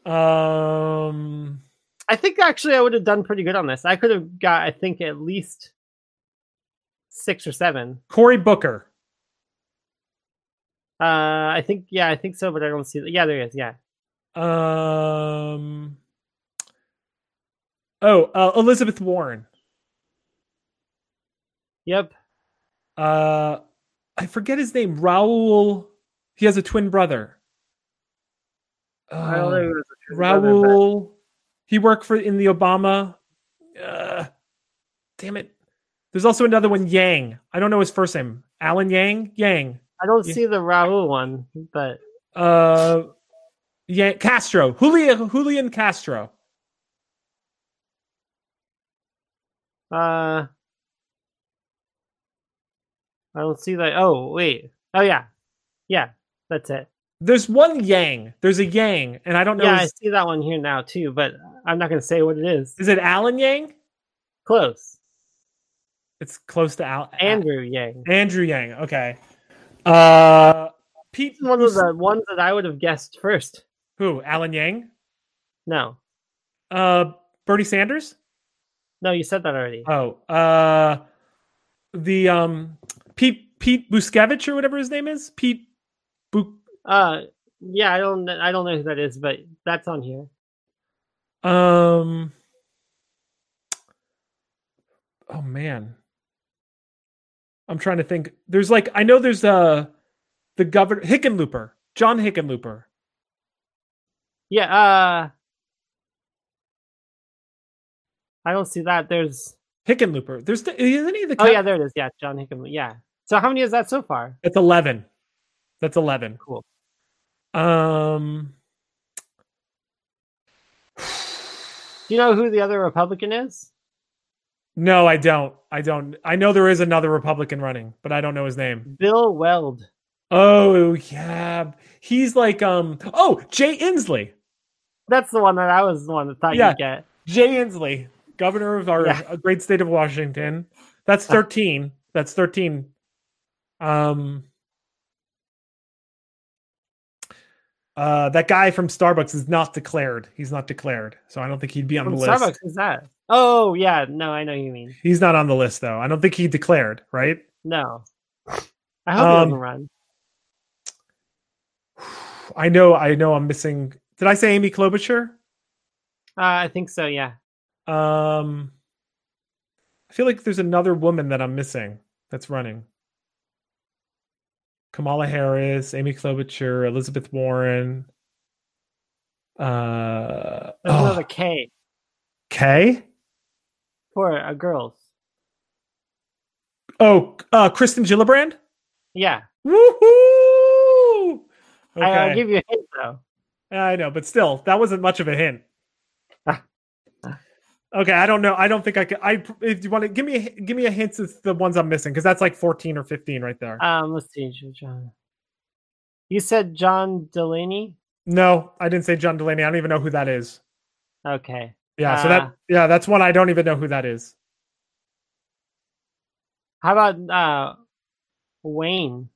Um,
I think actually I would have done pretty good on this. I could have got, I think, at least six or seven.
Cory Booker.
Uh, I think, yeah, I think so, but I don't see that. Yeah, there he is. Yeah.
Um. Oh, uh, Elizabeth Warren.
Yep.
Uh, I forget his name. Raul. He has a twin brother.
I don't know
Uh,
who was the other brother, but-
Raul. He worked for in the Obama. Uh, damn it. There's also another one, Yang. I don't know his first name. Alan Yang. Yang.
I don't
Yeah.
see the Raul one, but
Uh, Yang Castro. Julian Julian Castro.
uh, I don't see that. Oh wait. Oh yeah, yeah. That's it.
There's one Yang. There's a Yang, and I don't know.
Yeah, I
his-
see that one here now too, but I'm not gonna say what it is.
is it Alan Yang?
Close.
It's close to Al.
Andrew Yang.
Andrew Yang. Okay. Uh, Pete.
This is one of the ones that I would have guessed first.
Who? Alan Yang.
No,
Uh, Bernie Sanders.
no, you said that already.
Oh, uh, the um, Pete Pete Buskevich or whatever his name is. Pete. Bu-
Uh, yeah, I don't, kn- I don't know who that is, but that's on here.
um. Oh man. I'm trying to think. There's like I know there's uh the governor Hickenlooper, John Hickenlooper.
Yeah, uh I don't see that. There's
Hickenlooper. There's the, isn't he the
oh
cap-
yeah, there it is. Yeah, John Hickam. Yeah. So how many is that so far?
That's eleven. That's eleven.
Cool.
Um,
Do you know who the other Republican is?
no, I don't. I don't. I know there is another Republican running, but I don't know his name.
Bill Weld.
Oh yeah, he's like um. Oh, Jay Inslee.
That's the one that I was the one that thought
Yeah.
you'd get.
Jay Inslee, governor of our uh,
Yeah.
great state of Washington. That's thirteen. That's thirteen. Um. Uh, that guy from Starbucks is not declared. He's not declared, so I don't think he'd be on
From
the list.
Starbucks is that? Oh yeah, no, I know who you mean.
He's not on the list though. I don't think he declared, right?
No. I hope he
Um,
doesn't run.
I know I know I'm missing did I say Amy Klobuchar?
Uh, I think so, yeah.
Um I feel like there's another woman that I'm missing that's running. Kamala Harris, Amy Klobuchar, Elizabeth Warren. Uh
There's
oh,
another K
Kay?
for a girls.
Oh, uh Kristen Gillibrand?
Yeah.
Woohoo! Okay.
I, I'll give you a hint though.
I know, but still, that wasn't much of a hint.
Ah.
okay, I don't know. I don't think I could. I if you want to give me a, give me a hint, it's the ones I'm missing because that's like 14 or 15 right there.
Um, let's see, John. You said John Delaney?
no, I didn't say John Delaney. I don't even know who that is.
Okay.
Yeah, so
Ah.
that yeah, that's one I don't even know who that is.
How about uh Wayne?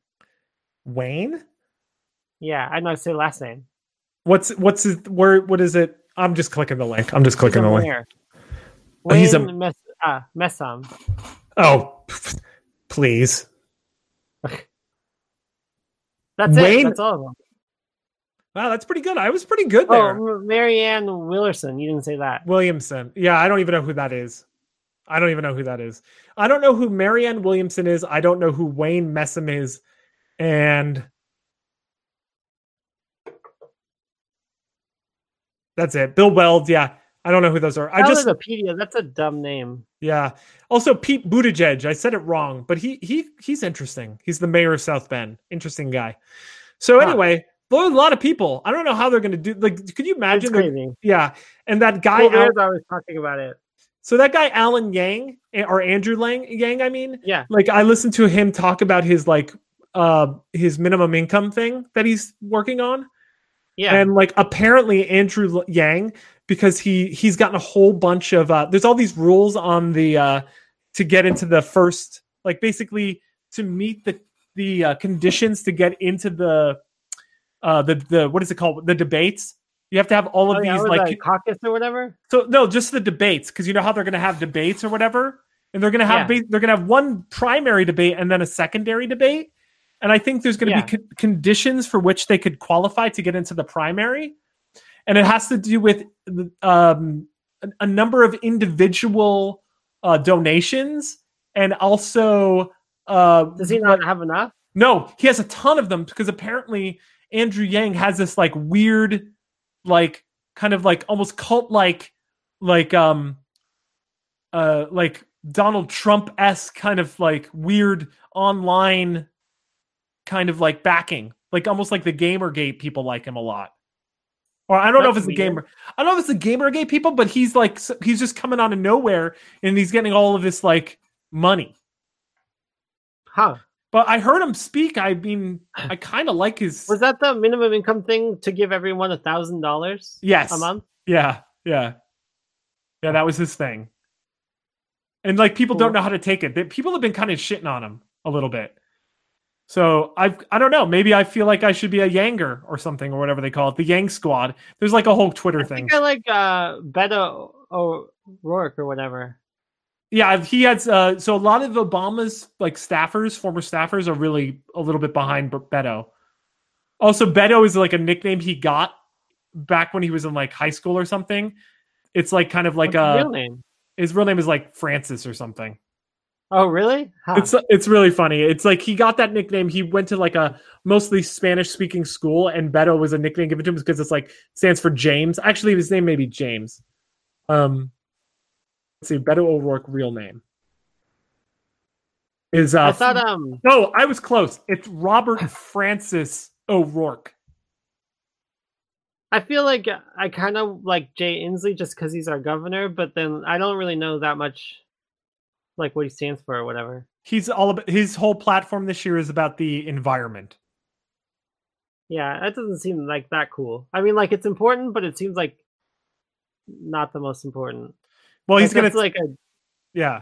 Wayne?
Yeah, I know say last name.
What's what's his where? What is it? I'm just clicking the link. I'm just
He's a
clicking the link.
mayor.
Oh,
Wayne
he's a-
Mes- uh, Messam.
Oh, p- please.
That's
Wayne-
it. That's all of them.
Wow, that's pretty good. I was pretty good
Oh,
there.
M- Marianne Willerson. You didn't say that.
Williamson. Yeah, I don't even know who that is. I don't even know who that is. I don't know who Marianne Williamson is. I don't know who Wayne Messam is. And that's it. Bill Weld. Yeah. I don't know who those are. I just,
Wikipedia. That's a dumb name.
yeah. Also, Pete Buttigieg. I said it wrong, but he, he, he's interesting. He's the mayor of South Bend. Interesting guy. So,
Huh.
anyway, there are a lot of people. I don't know how they're going to do. Like, could you
It's
imagine? the-
crazy.
yeah. And that guy,
Well,
out-
there's always talking about it.
so that guy Alan Yang eh, or Andrew Lang Yang, I mean,
Yeah.
like I listened to him talk about his like uh his minimum income thing that he's working on,
Yeah.
and like apparently Andrew L- Yang because he he's gotten a whole bunch of uh there's all these rules on the uh to get into the first like basically to meet the the uh, conditions to get into the uh the the what is it called the debates. You have to have all of
Oh, yeah,
these
what was
like
that, caucus or whatever.
so no, just the debates because you know how they're going to have debates or whatever, and they're going to have
Yeah.
ba- they're going to have one primary debate and then a secondary debate, and I think there's going to
Yeah.
be con- conditions for which they could qualify to get into the primary, and it has to do with um, a, a number of individual uh, donations and also uh,
Does he not have enough?
no, he has a ton of them because apparently Andrew Yang has this like weird, like kind of like almost cult like, like um, uh, like Donald Trump esque kind of like weird online, kind of like backing, like almost like the Gamergate people like him a lot. Or I don't know if
That's
it's the
weird.
gamer. I don't know if it's the Gamergate people, but he's like s- he's just coming out of nowhere and he's getting all of this like money.
Huh?
But I heard him speak. I mean, I kind of like his.
Was that the minimum income thing to give everyone a thousand dollars
yes.
a month?
Yeah. Yeah. Yeah. That was his thing. And like people don't
Cool.
know how to take it. They- People have been kind of shitting on him a little bit. So I've I don't know. Maybe I feel like I should be a Yanger or something or whatever they call it, the Yang Squad. There's like a whole Twitter
I
thing.
think I like uh, Beto O'Rourke or whatever.
yeah, he has. Uh, so a lot of Obama's like staffers, former staffers, are really a little bit behind Be- Beto. Also, Beto is like a nickname he got back when he was in like high school or something. It's like kind of like
What's his
uh
real name.
his real name is like Francis or something.
Oh, really? Huh.
It's it's really funny. It's like he got that nickname. He went to like a mostly Spanish speaking school, and Beto was a nickname given to him because it's like stands for James. Actually, his name may be James. Um, let's see, Beto O'Rourke real name is uh.
I thought um
no, I was close. It's Robert Francis O'Rourke.
I feel like I kind of like Jay Inslee just because he's our governor, but then I don't really know that much, like what he stands for or whatever.
He's all about his whole platform this year is about the environment.
Yeah, that doesn't seem like that cool. I mean, like it's important, but it seems like not the most important.
Well, he's
Like,
gonna
that's like a
Yeah.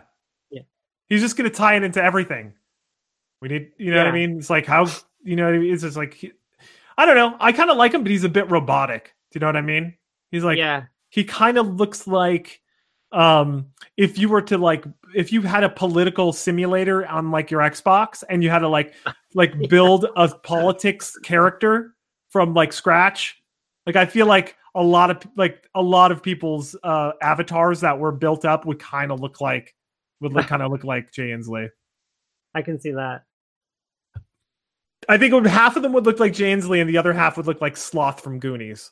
Yeah.
He's just going to tie it into everything. We need, you know what I
Yeah.
mean? It's like how, you know what I mean? It's just like, he- I don't know. I kind of like him, but he's a bit robotic. Do you know what I mean? He's like,
yeah,
he kind of looks like um if you were to like if you had a political simulator on like your Xbox and you had to like like build a politics character from like scratch like I feel like a lot of like a lot of people's uh avatars that were built up would kind of look like would look kind of look like Jay Inslee.
I can see that.
I think it would- half of them would look like Jay Inslee and the other half would look like Sloth from Goonies.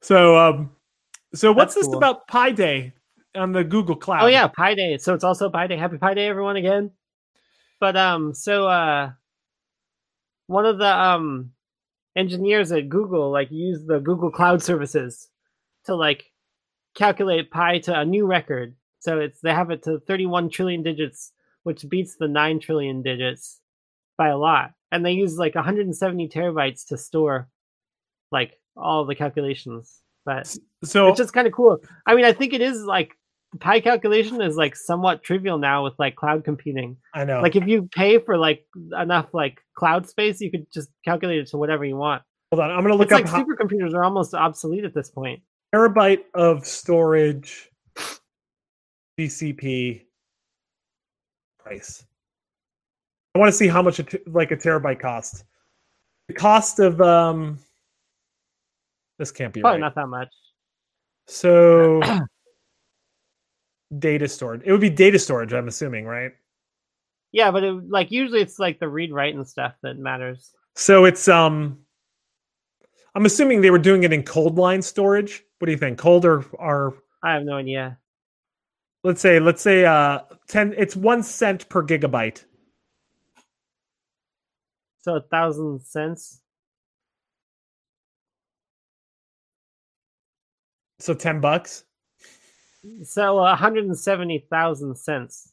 So um so what's this
That's cool.
about Pi Day on the Google Cloud?
Oh yeah, Pi Day. So it's also Pi Day. Happy Pi Day, everyone, again. But um, so uh, one of the um engineers at Google like used the Google Cloud services to like calculate pi to a new record. So it's they have it to 31 trillion digits, which beats the 9 trillion digits by a lot. And they use like 170 terabytes to store like all the calculations. But
So
it's just kind of cool. I mean, I think it is like pi calculation is like somewhat trivial now with like cloud computing.
I know.
Like if you pay for like enough like cloud space, you could just calculate it to whatever you want.
Hold on, I'm gonna look
it's
up
like
how-
supercomputers are almost obsolete at this point.
terabyte of storage, DCP price. I want to see how much a t- like a terabyte costs. The cost of um, this can't be
Probably
right.
not that much.
So data storage. It would be data storage. I'm assuming, right?
Yeah, but it, like usually it's like the read write and stuff that matters.
So it's um. I'm assuming they were doing it in cold line storage. What do you think? Cold or, or
I have no idea.
let's say let's say uh 10 it's 1 cent per gigabyte
So a thousand cents.
so 10 bucks
So a 170,000 cents.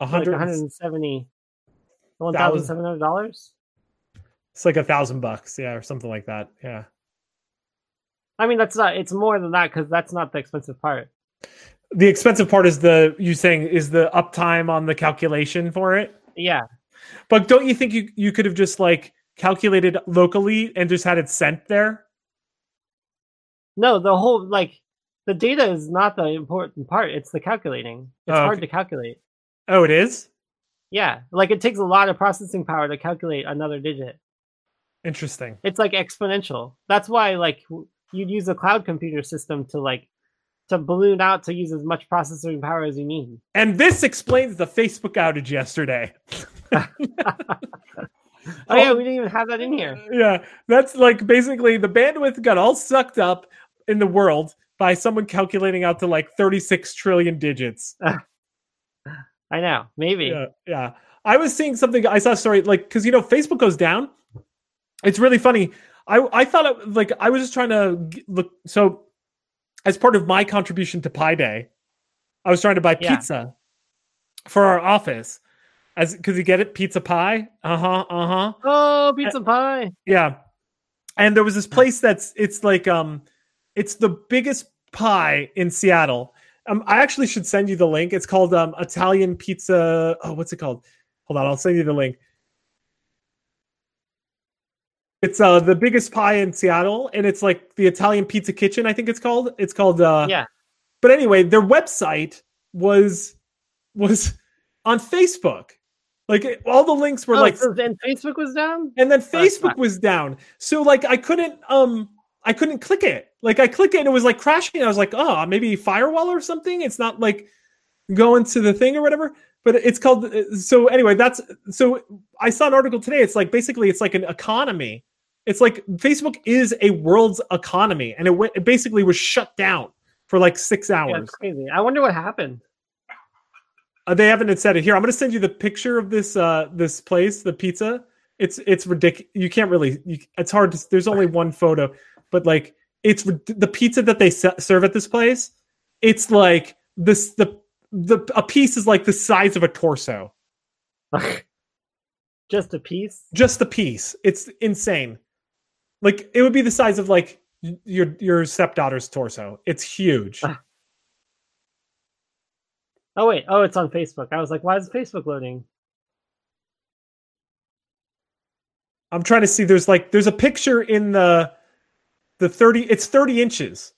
A
Like
100
170 $1,700?
it's like a thousand bucks yeah or something like that yeah
I mean, that's not. It's more than that because that's not the expensive part.
the expensive part is the you saying is the uptime on the calculation for it.
Yeah,
But don't you think you you could have just like calculated locally and just had it sent there?
no, the whole like the data is not the important part. It's the calculating. It's
Oh,
hard
okay.
to calculate.
Oh, it is
Yeah, like it takes a lot of processing power to calculate another digit.
interesting.
It's like exponential. That's why like w- you'd use a cloud computer system to like to balloon out to use as much processing power as you need.
And this explains the Facebook outage yesterday.
Oh yeah, we didn't even have that in here.
Yeah, that's like basically the bandwidth got all sucked up in the world by someone calculating out to like 36 trillion digits.
I know. Maybe.
Yeah, yeah. I was seeing something. I saw a story like because you know Facebook goes down. It's really funny. I I thought it, like I was just trying to g- look. So as part of my contribution to Pi Day, I was trying to buy
Yeah.
pizza for our office. As because you get it, pizza pie. Uh huh. Uh huh.
Oh, pizza pie.
Yeah. And there was this place that's it's like um it's the biggest pie in Seattle. Um I actually should send you the link. It's called um Italian Pizza oh what's it called? Hold on, I'll send you the link. It's uh the biggest pie in Seattle and it's like the Italian Pizza Kitchen I think it's called. It's called uh
Yeah.
But anyway, their website was was on Facebook. Like it- all the links were
oh,
like
so then Facebook was down.
and then
That's
facebook was down so like i couldn't um i couldn't click it like i click it and it was like crashing i was like oh maybe firewall or something it's not like going to the thing or whatever but it's called uh, so anyway that's so i saw an article today it's like basically it's like an economy it's like facebook is a world's economy and it went it basically was shut down for like six
Yeah,
hours
it's crazy. I wonder what happened.
uh, they haven't said it here. I'm going to send you the picture of this uh this place, the pizza. It's it's ridiculous. You can't really. You, it's hard. To, there's only one photo, but like it's rid- the pizza that they se- serve at this place. It's like this the the a piece is like the size of a torso.
Just a piece.
Just the piece. It's insane. Like it would be the size of like y- your your stepdaughter's torso. It's huge.
Oh wait. Oh, it's on Facebook. I was like, why is Facebook loading?
I'm trying to see. There's like there's a picture in the the thirty. It's thirty inches.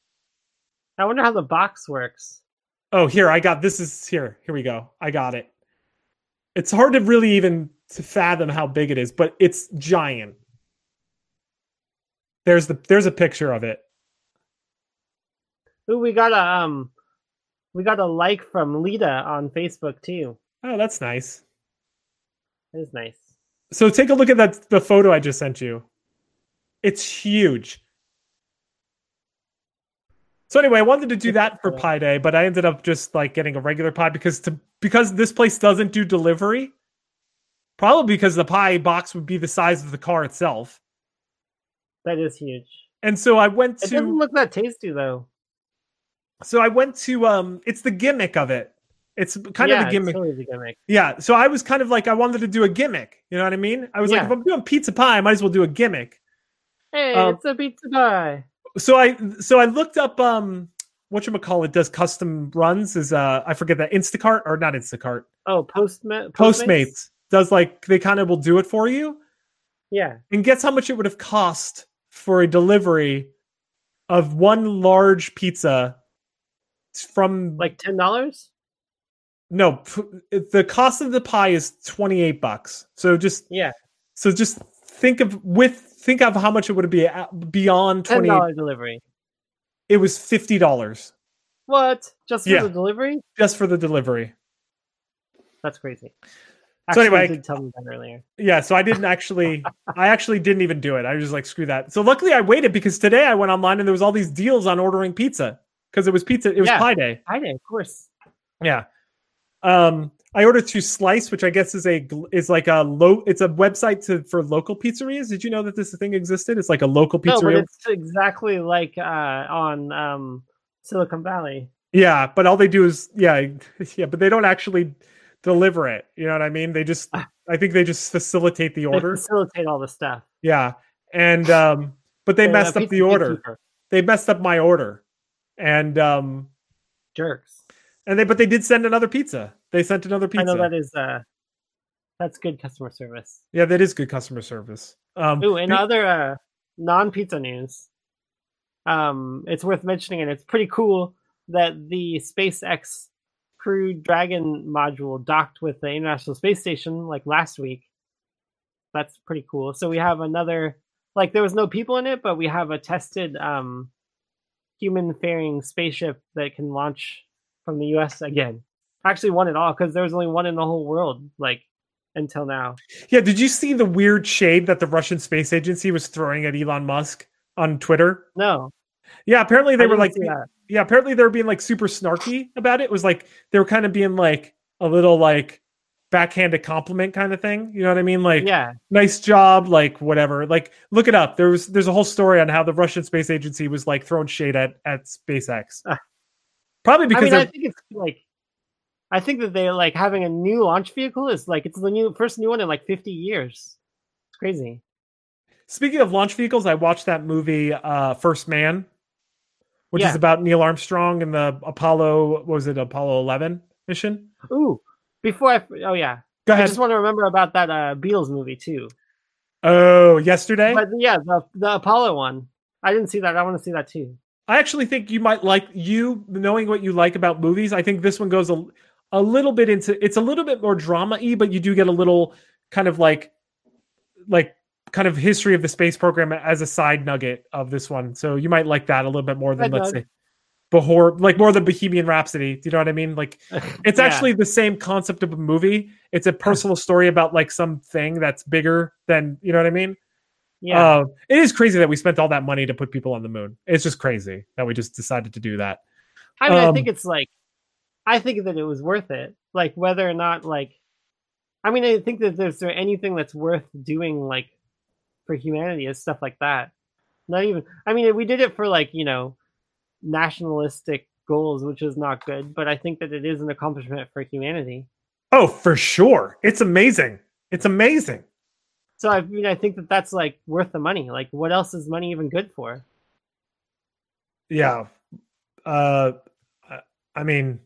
I wonder how the box works.
Oh, here I got this. Is here? Here we go. I got it. It's hard to really even to fathom how big it is, but it's giant. There's the there's a picture of it.
Ooh, we got a um, we got a like from Lita on Facebook too.
Oh, that's nice.
That is nice.
So take a look at that the photo I just sent you. It's huge. So anyway, I wanted to do that for Pi Day, but I ended up just like getting a regular pie because to because this place doesn't do delivery. Probably because the pie box would be the size of the car itself.
That is huge.
And so I went
It doesn't
to
look that tasty though.
so I went to um it's the gimmick of it. It's kind
yeah,
of the
it's
gimmick.
totally the gimmick.
Yeah. So I was kind of like I wanted to do a gimmick. You know what I mean? I was like,
Yeah.
if I'm doing pizza pie, I might as well do a gimmick.
Hey,
Um,
it's a pizza pie.
So I so I looked up um whatchamacallit does custom runs is uh I forget that Instacart or not Instacart.
Oh, Postma-
Postmates, does like they kind of will do it for you.
Yeah.
And guess how much it would have cost for a delivery of one large pizza from
Like ten dollars.
no p- it- the cost of the pie is 28 bucks so just
Yeah.
so just think of with think of how much it would be at- beyond
Ten
28
dollar delivery.
it was 50 dollars
What? Just for
Yeah.
the delivery?
just for the delivery
That's crazy.
So
Actually, you
anyway-
did tell me that earlier.
yeah so i didn't actually i actually didn't even do it i was just like screw that so luckily i waited because today i went online and there was all these deals on ordering pizza because it was pizza it was
Yeah.
pie day
I did, of course.
Yeah. Um, I ordered through Slice, which I guess is a gl- is like a low. It's a website to for local pizzerias. Did you know that this thing existed? It's like a local
No, but
pizzeria.
it's exactly like uh, on um, Silicon Valley.
yeah, but all they do is yeah, yeah, but they don't actually deliver it. You know what I mean? They just,
Ah.
I think they just facilitate the
They
order.
facilitate all the stuff.
Yeah, and um, but they
They're a
messed up
piece
the
of
order.
gatekeeper.
They messed up my order, and um,
Jerks.
And they but they did send another pizza. They sent another
I
pizza.
know that is uh, that's good customer service.
yeah, that is good customer service. Um,
Ooh, and
pe-
other uh, non-pizza news. Um, it's worth mentioning, and it's pretty cool that the SpaceX Crew Dragon module docked with the International Space Station like last week. That's pretty cool. So we have another like there was no people in it, but we have a tested um, human-faring spaceship that can launch from the U.S. again. Actually, one at all because there was only one in the whole world like until now.
yeah, did you see the weird shade that the Russian space agency was throwing at Elon Musk on Twitter?
No,
Yeah, apparently
I
they were
didn't
like
see that.
yeah, apparently they were being like super snarky about it. It was like they were kind of being like a little like backhanded compliment kind of thing. You know what I mean? Like
yeah.
nice job, like whatever. Like look it up. There was there's a whole story on how the Russian space agency was like throwing shade at at SpaceX.
Ah.
Probably because
I mean,
they're-
I think it's like, I think that they like having a new launch vehicle is like it's the new first new one in like 50 years. It's crazy.
Speaking of launch vehicles, I watched that movie uh First Man, which
Yeah.
is about Neil Armstrong and the Apollo what was it Apollo 11 mission?
Ooh, before I, oh yeah,
Go
I
ahead.
just want to remember about that uh, Beatles movie too.
oh, yesterday?
But yeah, the the Apollo one. I didn't see that. I want to see that too.
I actually think you might like you knowing what you like about movies. I think this one goes a, a little bit into it's a little bit more drama y, but you do get a little kind of like like kind of history of the space program as a side nugget of this one. So you might like that a little bit more than
Side
let's
nug.
say Bahor like more than Bohemian Rhapsody. Do you know what I mean? Like it's
Yeah.
actually the same concept of a movie. It's a personal story about like something that's bigger than you know what I mean?
yeah.
Uh, it is crazy that we spent all that money to put people on the moon. It's just crazy that we just decided to do that.
I mean, I
um,
think it's like, I think that it was worth it. Like whether or not like, I mean, I think that there's there anything that's worth doing like for humanity is stuff like that. Not even. I mean, we did it for like you know nationalistic goals, which is not good. But I think that it is an accomplishment for humanity.
Oh, for sure. It's amazing. It's amazing.
So I mean, I think that that's like worth the money. Like, what else is money even good for?
Yeah. Uh, I- I mean,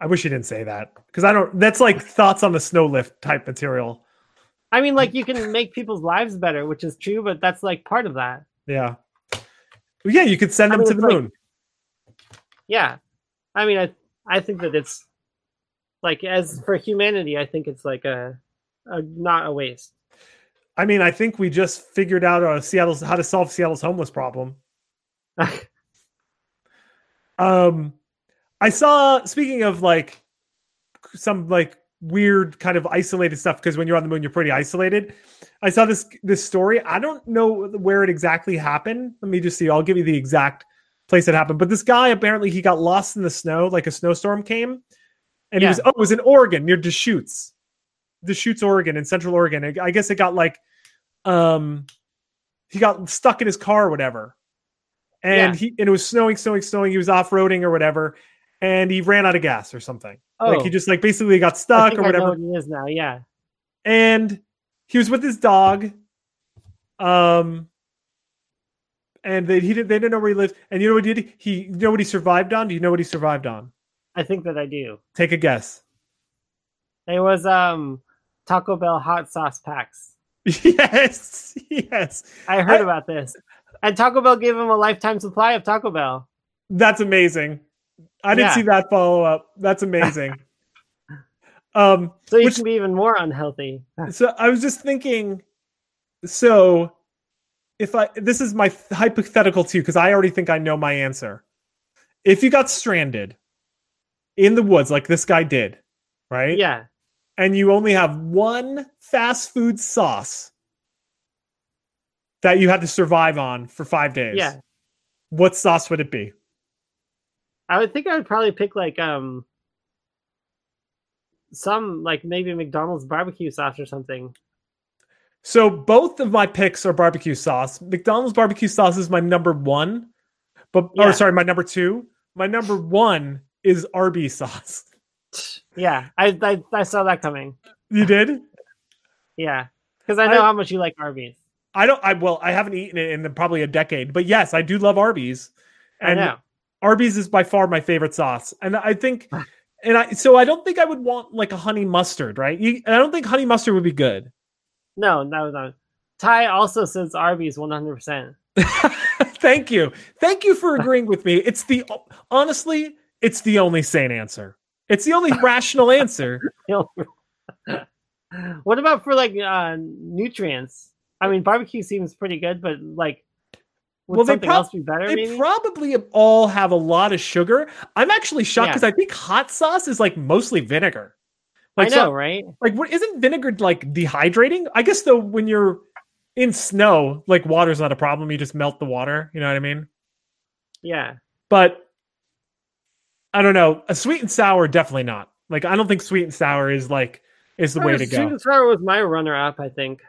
I wish you didn't say that because I don't. That's like thoughts on the snow lift type material.
I mean, like you can make people's lives better, which is true, but that's like part of that.
Yeah. Well, yeah, you could send
I
them
mean,
to
it's
the
like-
moon.
yeah i mean i i think that it's like as for humanity i think it's like a, a not a waste
I mean, I think we just figured out uh, Seattle's how to solve Seattle's homeless problem. Um, I saw. Speaking of like some like weird kind of isolated stuff, because when you're on the moon, you're pretty isolated. I saw this this story. I don't know where it exactly happened. Let me just see. I'll give you the exact place it happened. But this guy apparently he got lost in the snow. Like a snowstorm came, and he
Yeah.
was oh, it was in Oregon near Deschutes, Deschutes, Oregon, in Central Oregon. I- I guess it got like, um, he got stuck in his car or whatever and he
Yeah.
and it was snowing, snowing, snowing. He was off roading or whatever, and he ran out of gas or something. Oh. Like he just like basically got
Oh. I
stuck
think
or
I know
whatever.
what it is now yeah
And he was with his dog. Um, and they he didn't they didn't know where he lived. And you know what he did? He you know what he survived on? Do you know what he survived on?
i think that i do
Take a guess.
it was um taco bell hot sauce packs
yes, yes.
i heard
I-
about this and taco bell gave him a lifetime supply of taco bell
That's amazing. I didn't
Yeah.
see that follow up. That's amazing. um,
so you
Which-
can be even more unhealthy
so I was just thinking. So, if I this is my hypothetical too, because I already think I know my answer. If you got stranded in the woods like this guy did, right?
yeah
And you only have one fast food sauce that you had to survive on for five days.
Yeah.
What sauce would it be?
i would think i would probably pick like um some like maybe mcdonald's barbecue sauce or something
So both of my picks are barbecue sauce. McDonald's barbecue sauce is my number one, but
Yeah.
or sorry, my number two. My number one is RB sauce.
yeah i i, I saw that coming
You did?
Yeah, because I know
I-
how much you like Arby's.
I don't. I well, I haven't eaten it in probably a decade, but yes, I do love Arby's.
I
And
know.
Arby's is by far my favorite sauce, and I think, and I so I don't think I would want like a honey mustard, right? You, and I don't think honey mustard would be good.
No, no, no. Ty also says Arby's 100. percent
Thank you, thank you for agreeing with me. It's the honestly, it's the only sane answer. It's the only rational answer.
What about for like uh, nutrients? I mean, barbecue seems pretty good, but like, would
Well, they
something
prob-
else be better?
They
maybe?
probably all have a lot of sugar. I'm actually shocked
Yeah.
because I think hot sauce is like mostly vinegar.
I know,
so-
right?
Like, what isn't vinegar like dehydrating? I guess though, when you're in snow, like water's not a problem. You just melt the water. You know what I mean?
Yeah.
But I don't know. A sweet and sour, definitely not. Like, I don't think sweet and sour is like is the way to
Sweet
go.
and sour was my runner-up, I think.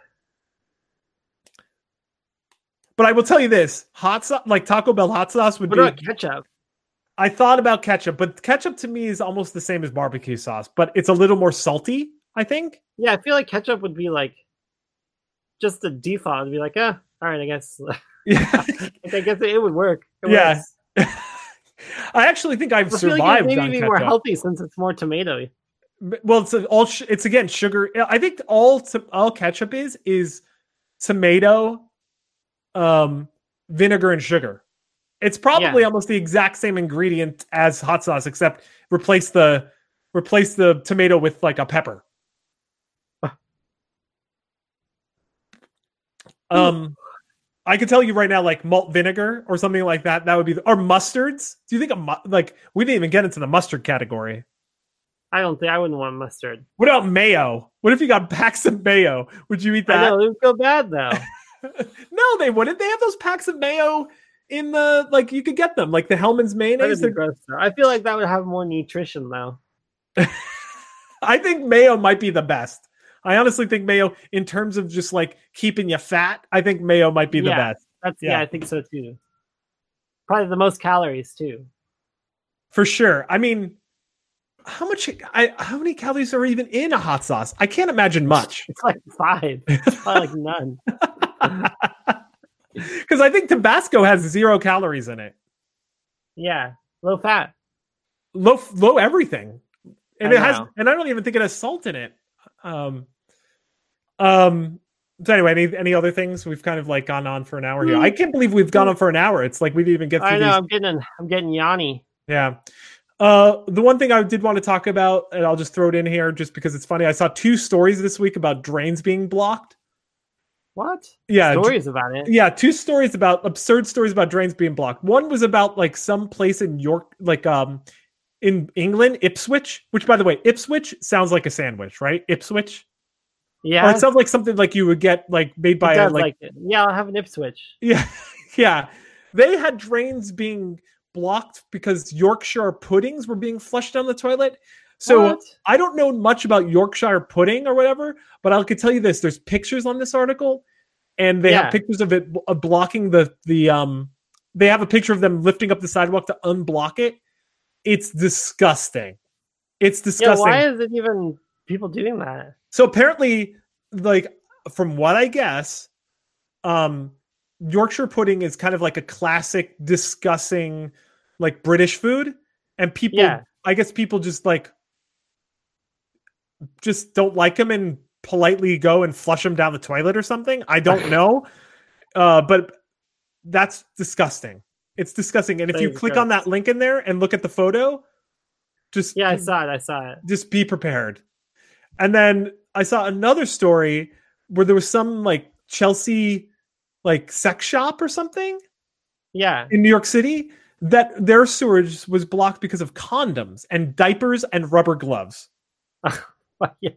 But I will tell you this: hot sauce, like Taco Bell hot sauce, would
What
be.
about uh, ketchup?
I thought about ketchup, but ketchup to me is almost the same as barbecue sauce, but it's a little more salty. I think.
Yeah, I feel like ketchup would be like just the default. It'd be like, ah, all right, I guess.
Yeah.
I guess it would work. It
Yeah,
works.
I actually think I've
I feel like
survived
it
on
maybe be more
ketchup.
healthy since it's more tomato.
M- Well, it's a- all. sh- It's again sugar. I think all to- all ketchup is is tomato, um, vinegar, and sugar. It's probably almost the exact same ingredient as hot sauce, except replace the replace the tomato with like a pepper. um, I could tell you right now, like malt vinegar or something like that. That would be the, or mustards. Do you think a mu- like we didn't even get into the mustard category?
I don't think I wouldn't want mustard.
What about mayo? What if you got packs of mayo? Would you eat
I
that?
know it would feel bad though.
No, they wouldn't. They have those packs of mayo in the like you could get them, like the Hellman's
That'd
mayonnaise.
be
They're-
gross, though. I feel like that would have more nutrition though.
I think mayo might be the best. I honestly think mayo, in terms of just like keeping you fat, I think mayo might be the
Yeah.
best
That's yeah.
Yeah.
I think so too. Probably the most calories too.
for sure. I mean, how much? I how many calories are even in a hot sauce? I can't imagine much
It's like five. It's probably like none.
because I think Tabasco has zero calories in it.
Yeah, low fat.
low low everything and
I
it has
know.
and i don't even think it has salt in it um um so anyway any any other things we've kind of like gone on for an hour here i can't believe we've gone on for an hour it's like we didn't even get
Mm. I
through
know.
these
I'm getting. I'm getting Yanni.
yeah uh the one thing i did want to talk about and i'll just throw it in here just because it's funny i saw two stories this week about drains being blocked
What
yeah dr-
stories about it?
yeah two stories about absurd stories about drains being blocked one was about like some place in york like um in england ipswich which by the way ipswich sounds like a sandwich right ipswich
Yeah,
or it sounds like something like you would get like made
it
by a,
does
like,
like it. yeah. I'll have an Ipswich.
yeah yeah they had drains being blocked because yorkshire puddings were being flushed down the toilet so
What?
I don't know much about Yorkshire pudding or whatever, but I could tell you this: there's pictures on this article, and they
Yeah.
have pictures of it of blocking the the um. They have a picture of them lifting up the sidewalk to unblock it. It's disgusting. It's
yeah.
disgusting.
Why is it even people doing that?
so apparently, like from what I guess, um, Yorkshire pudding is kind of like a classic discussing like British food, and people,
Yeah.
I guess people just like just don't like them and politely go and flush them down the toilet or something. I don't know, uh, but that's disgusting. It's disgusting, and if
That
you
is
click
gross.
on that link in there and look at the photo, just
Yeah, I saw it. I saw it.
just be prepared. And then I saw another story where there was some like Chelsea like sex shop or something
Yeah.
in New York City that their sewage was blocked because of condoms and diapers and rubber gloves.
yeah.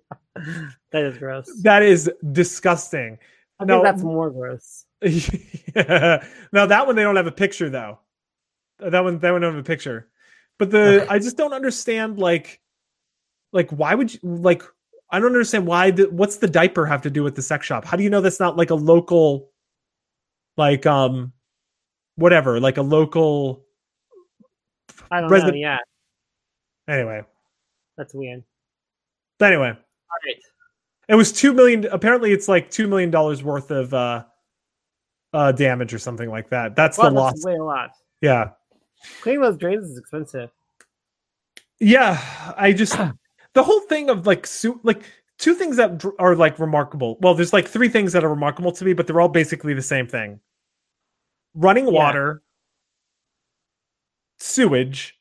That is gross.
That is disgusting.
I
no.
think that's more gross.
Now that one they don't have a picture though. That one that one don't have a picture. But the I just don't understand like like why would you like I don't understand why the, what's the diaper have to do with the sex shop? How do you know that's not like a local like um whatever, like a local
I don't know.
Resident-
Yeah,
anyway.
that's weird.
But anyway,
All right.
it was 2 million apparently it's like 2 million dollars worth of uh uh damage or something like that. That's
Well,
the loss.
that's way a lot.
Yeah.
Cleaning those drains is expensive.
Yeah, I just the whole thing of like su- like two things that dr- are like remarkable. Well, there's like three things that are remarkable to me, but they're all basically the same thing: running
Yeah.
water, sewage,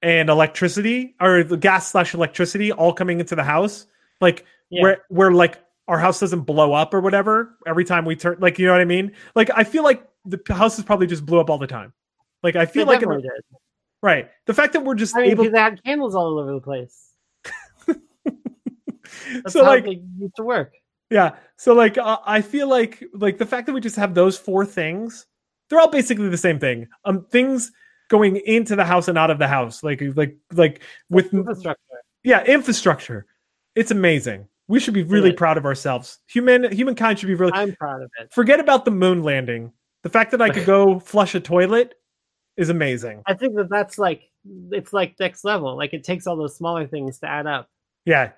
and electricity, or the gas slash electricity, all coming into the house. Like
Yeah.
where where like our house doesn't blow up or whatever every time we turn. Like you know what I mean? Like I feel like the p- houses probably just blew up all the time. Like I feel
They
like in the-
definitely did.
right the fact that we're just
I mean,
able.
because they had candles all over the place. That's
so
how
like
they used to work.
Yeah. So like uh, I feel like like the fact that we just have those four things, they're all basically the same thing. Um things going into the house and out of the house. Like like like with
Infrastructure.
yeah, infrastructure. It's amazing. We should be really
is.
proud of ourselves. Human humankind should be really
I'm proud of it.
Forget about the moon landing. The fact that I could go flush a toilet is amazing.
I think that that's like it's like next level. Like it takes all those smaller things to add up.
Yeah.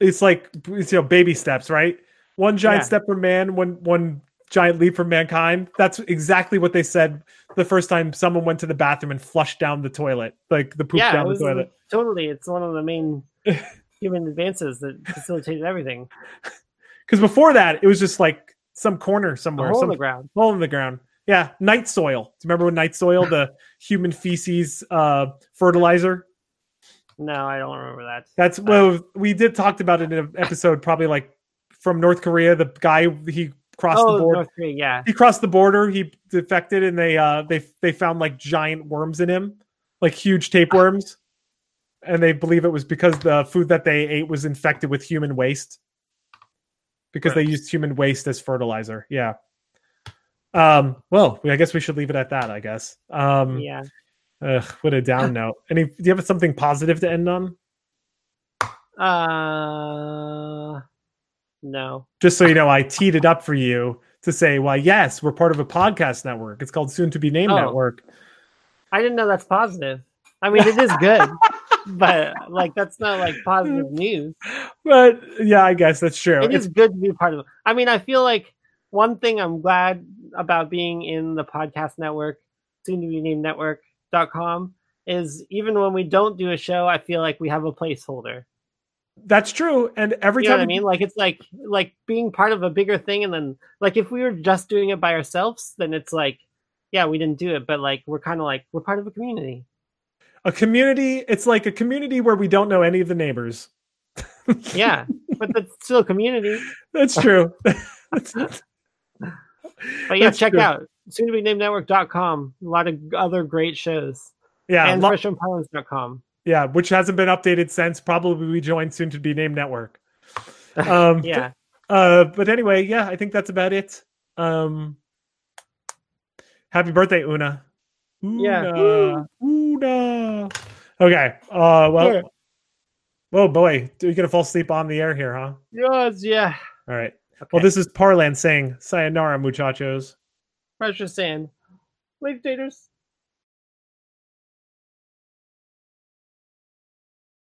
It's like it's, you know baby steps, right? One giant
Yeah.
step for man, one one giant leap for mankind. That's exactly what they said the first time someone went to the bathroom and flushed down the toilet, like the poop
yeah, it
down the
was
toilet.
totally. It's one of the main human advances that facilitated everything.
Because before that, it was just like some corner
A
somewhere,
hole in
some
the ground.
hole in the ground. Yeah, night soil. Do you remember when night soil, the human feces uh, fertilizer?
No, I don't remember that.
That's well, we did talked about it in an episode, probably like from North Korea. The guy he crossed
oh,
the border.
North Korea. Yeah,
he crossed the border he defected and they uh they they found like giant worms in him like huge tapeworms and they believe it was because the food that they ate was infected with human waste because they used human waste as fertilizer yeah um well we- i guess we should leave it at that i guess um
yeah.
ugh, what a down note any do you have something positive to end on
Uh, no.
just so you know i teed it up for you to say why yes we're part of a podcast network it's called soon to be named
Oh.
network
I didn't know that's positive. I mean, it is good, but like that's not like positive news.
but yeah i guess that's true
It is good to be part of. I mean, I feel like one thing I'm glad about being in the podcast network, soon to be named network.com, is even when we don't do a show, I feel like we have a placeholder.
That's true. And every
You know
time
what I mean? Like it's like like being part of a bigger thing, and then like if we were just doing it by ourselves, then it's like, yeah, we didn't do it, but like we're kind of like we're part of a community.
a community, it's like a community where we don't know any of the neighbors.
Yeah, but that's still a community.
That's true. That's-
But yeah,
That's
check
true.
out soon to be named network.com. A lot of other great shows.
yeah,
and
lo-
freshonpilots.com.
yeah, which hasn't been updated since probably we joined soon to be named network. Um,
Yeah.
Uh, but anyway, yeah, I think that's about it. Um, happy birthday, Una.
Yeah.
Una. Una. Okay. Uh, well,
Yeah.
oh boy, you're gonna fall asleep on the air here, huh?
Yes, yeah.
All right.
Okay.
Well, this is Parlan saying sayonara, muchachos.
pressure sand. Leaf daters.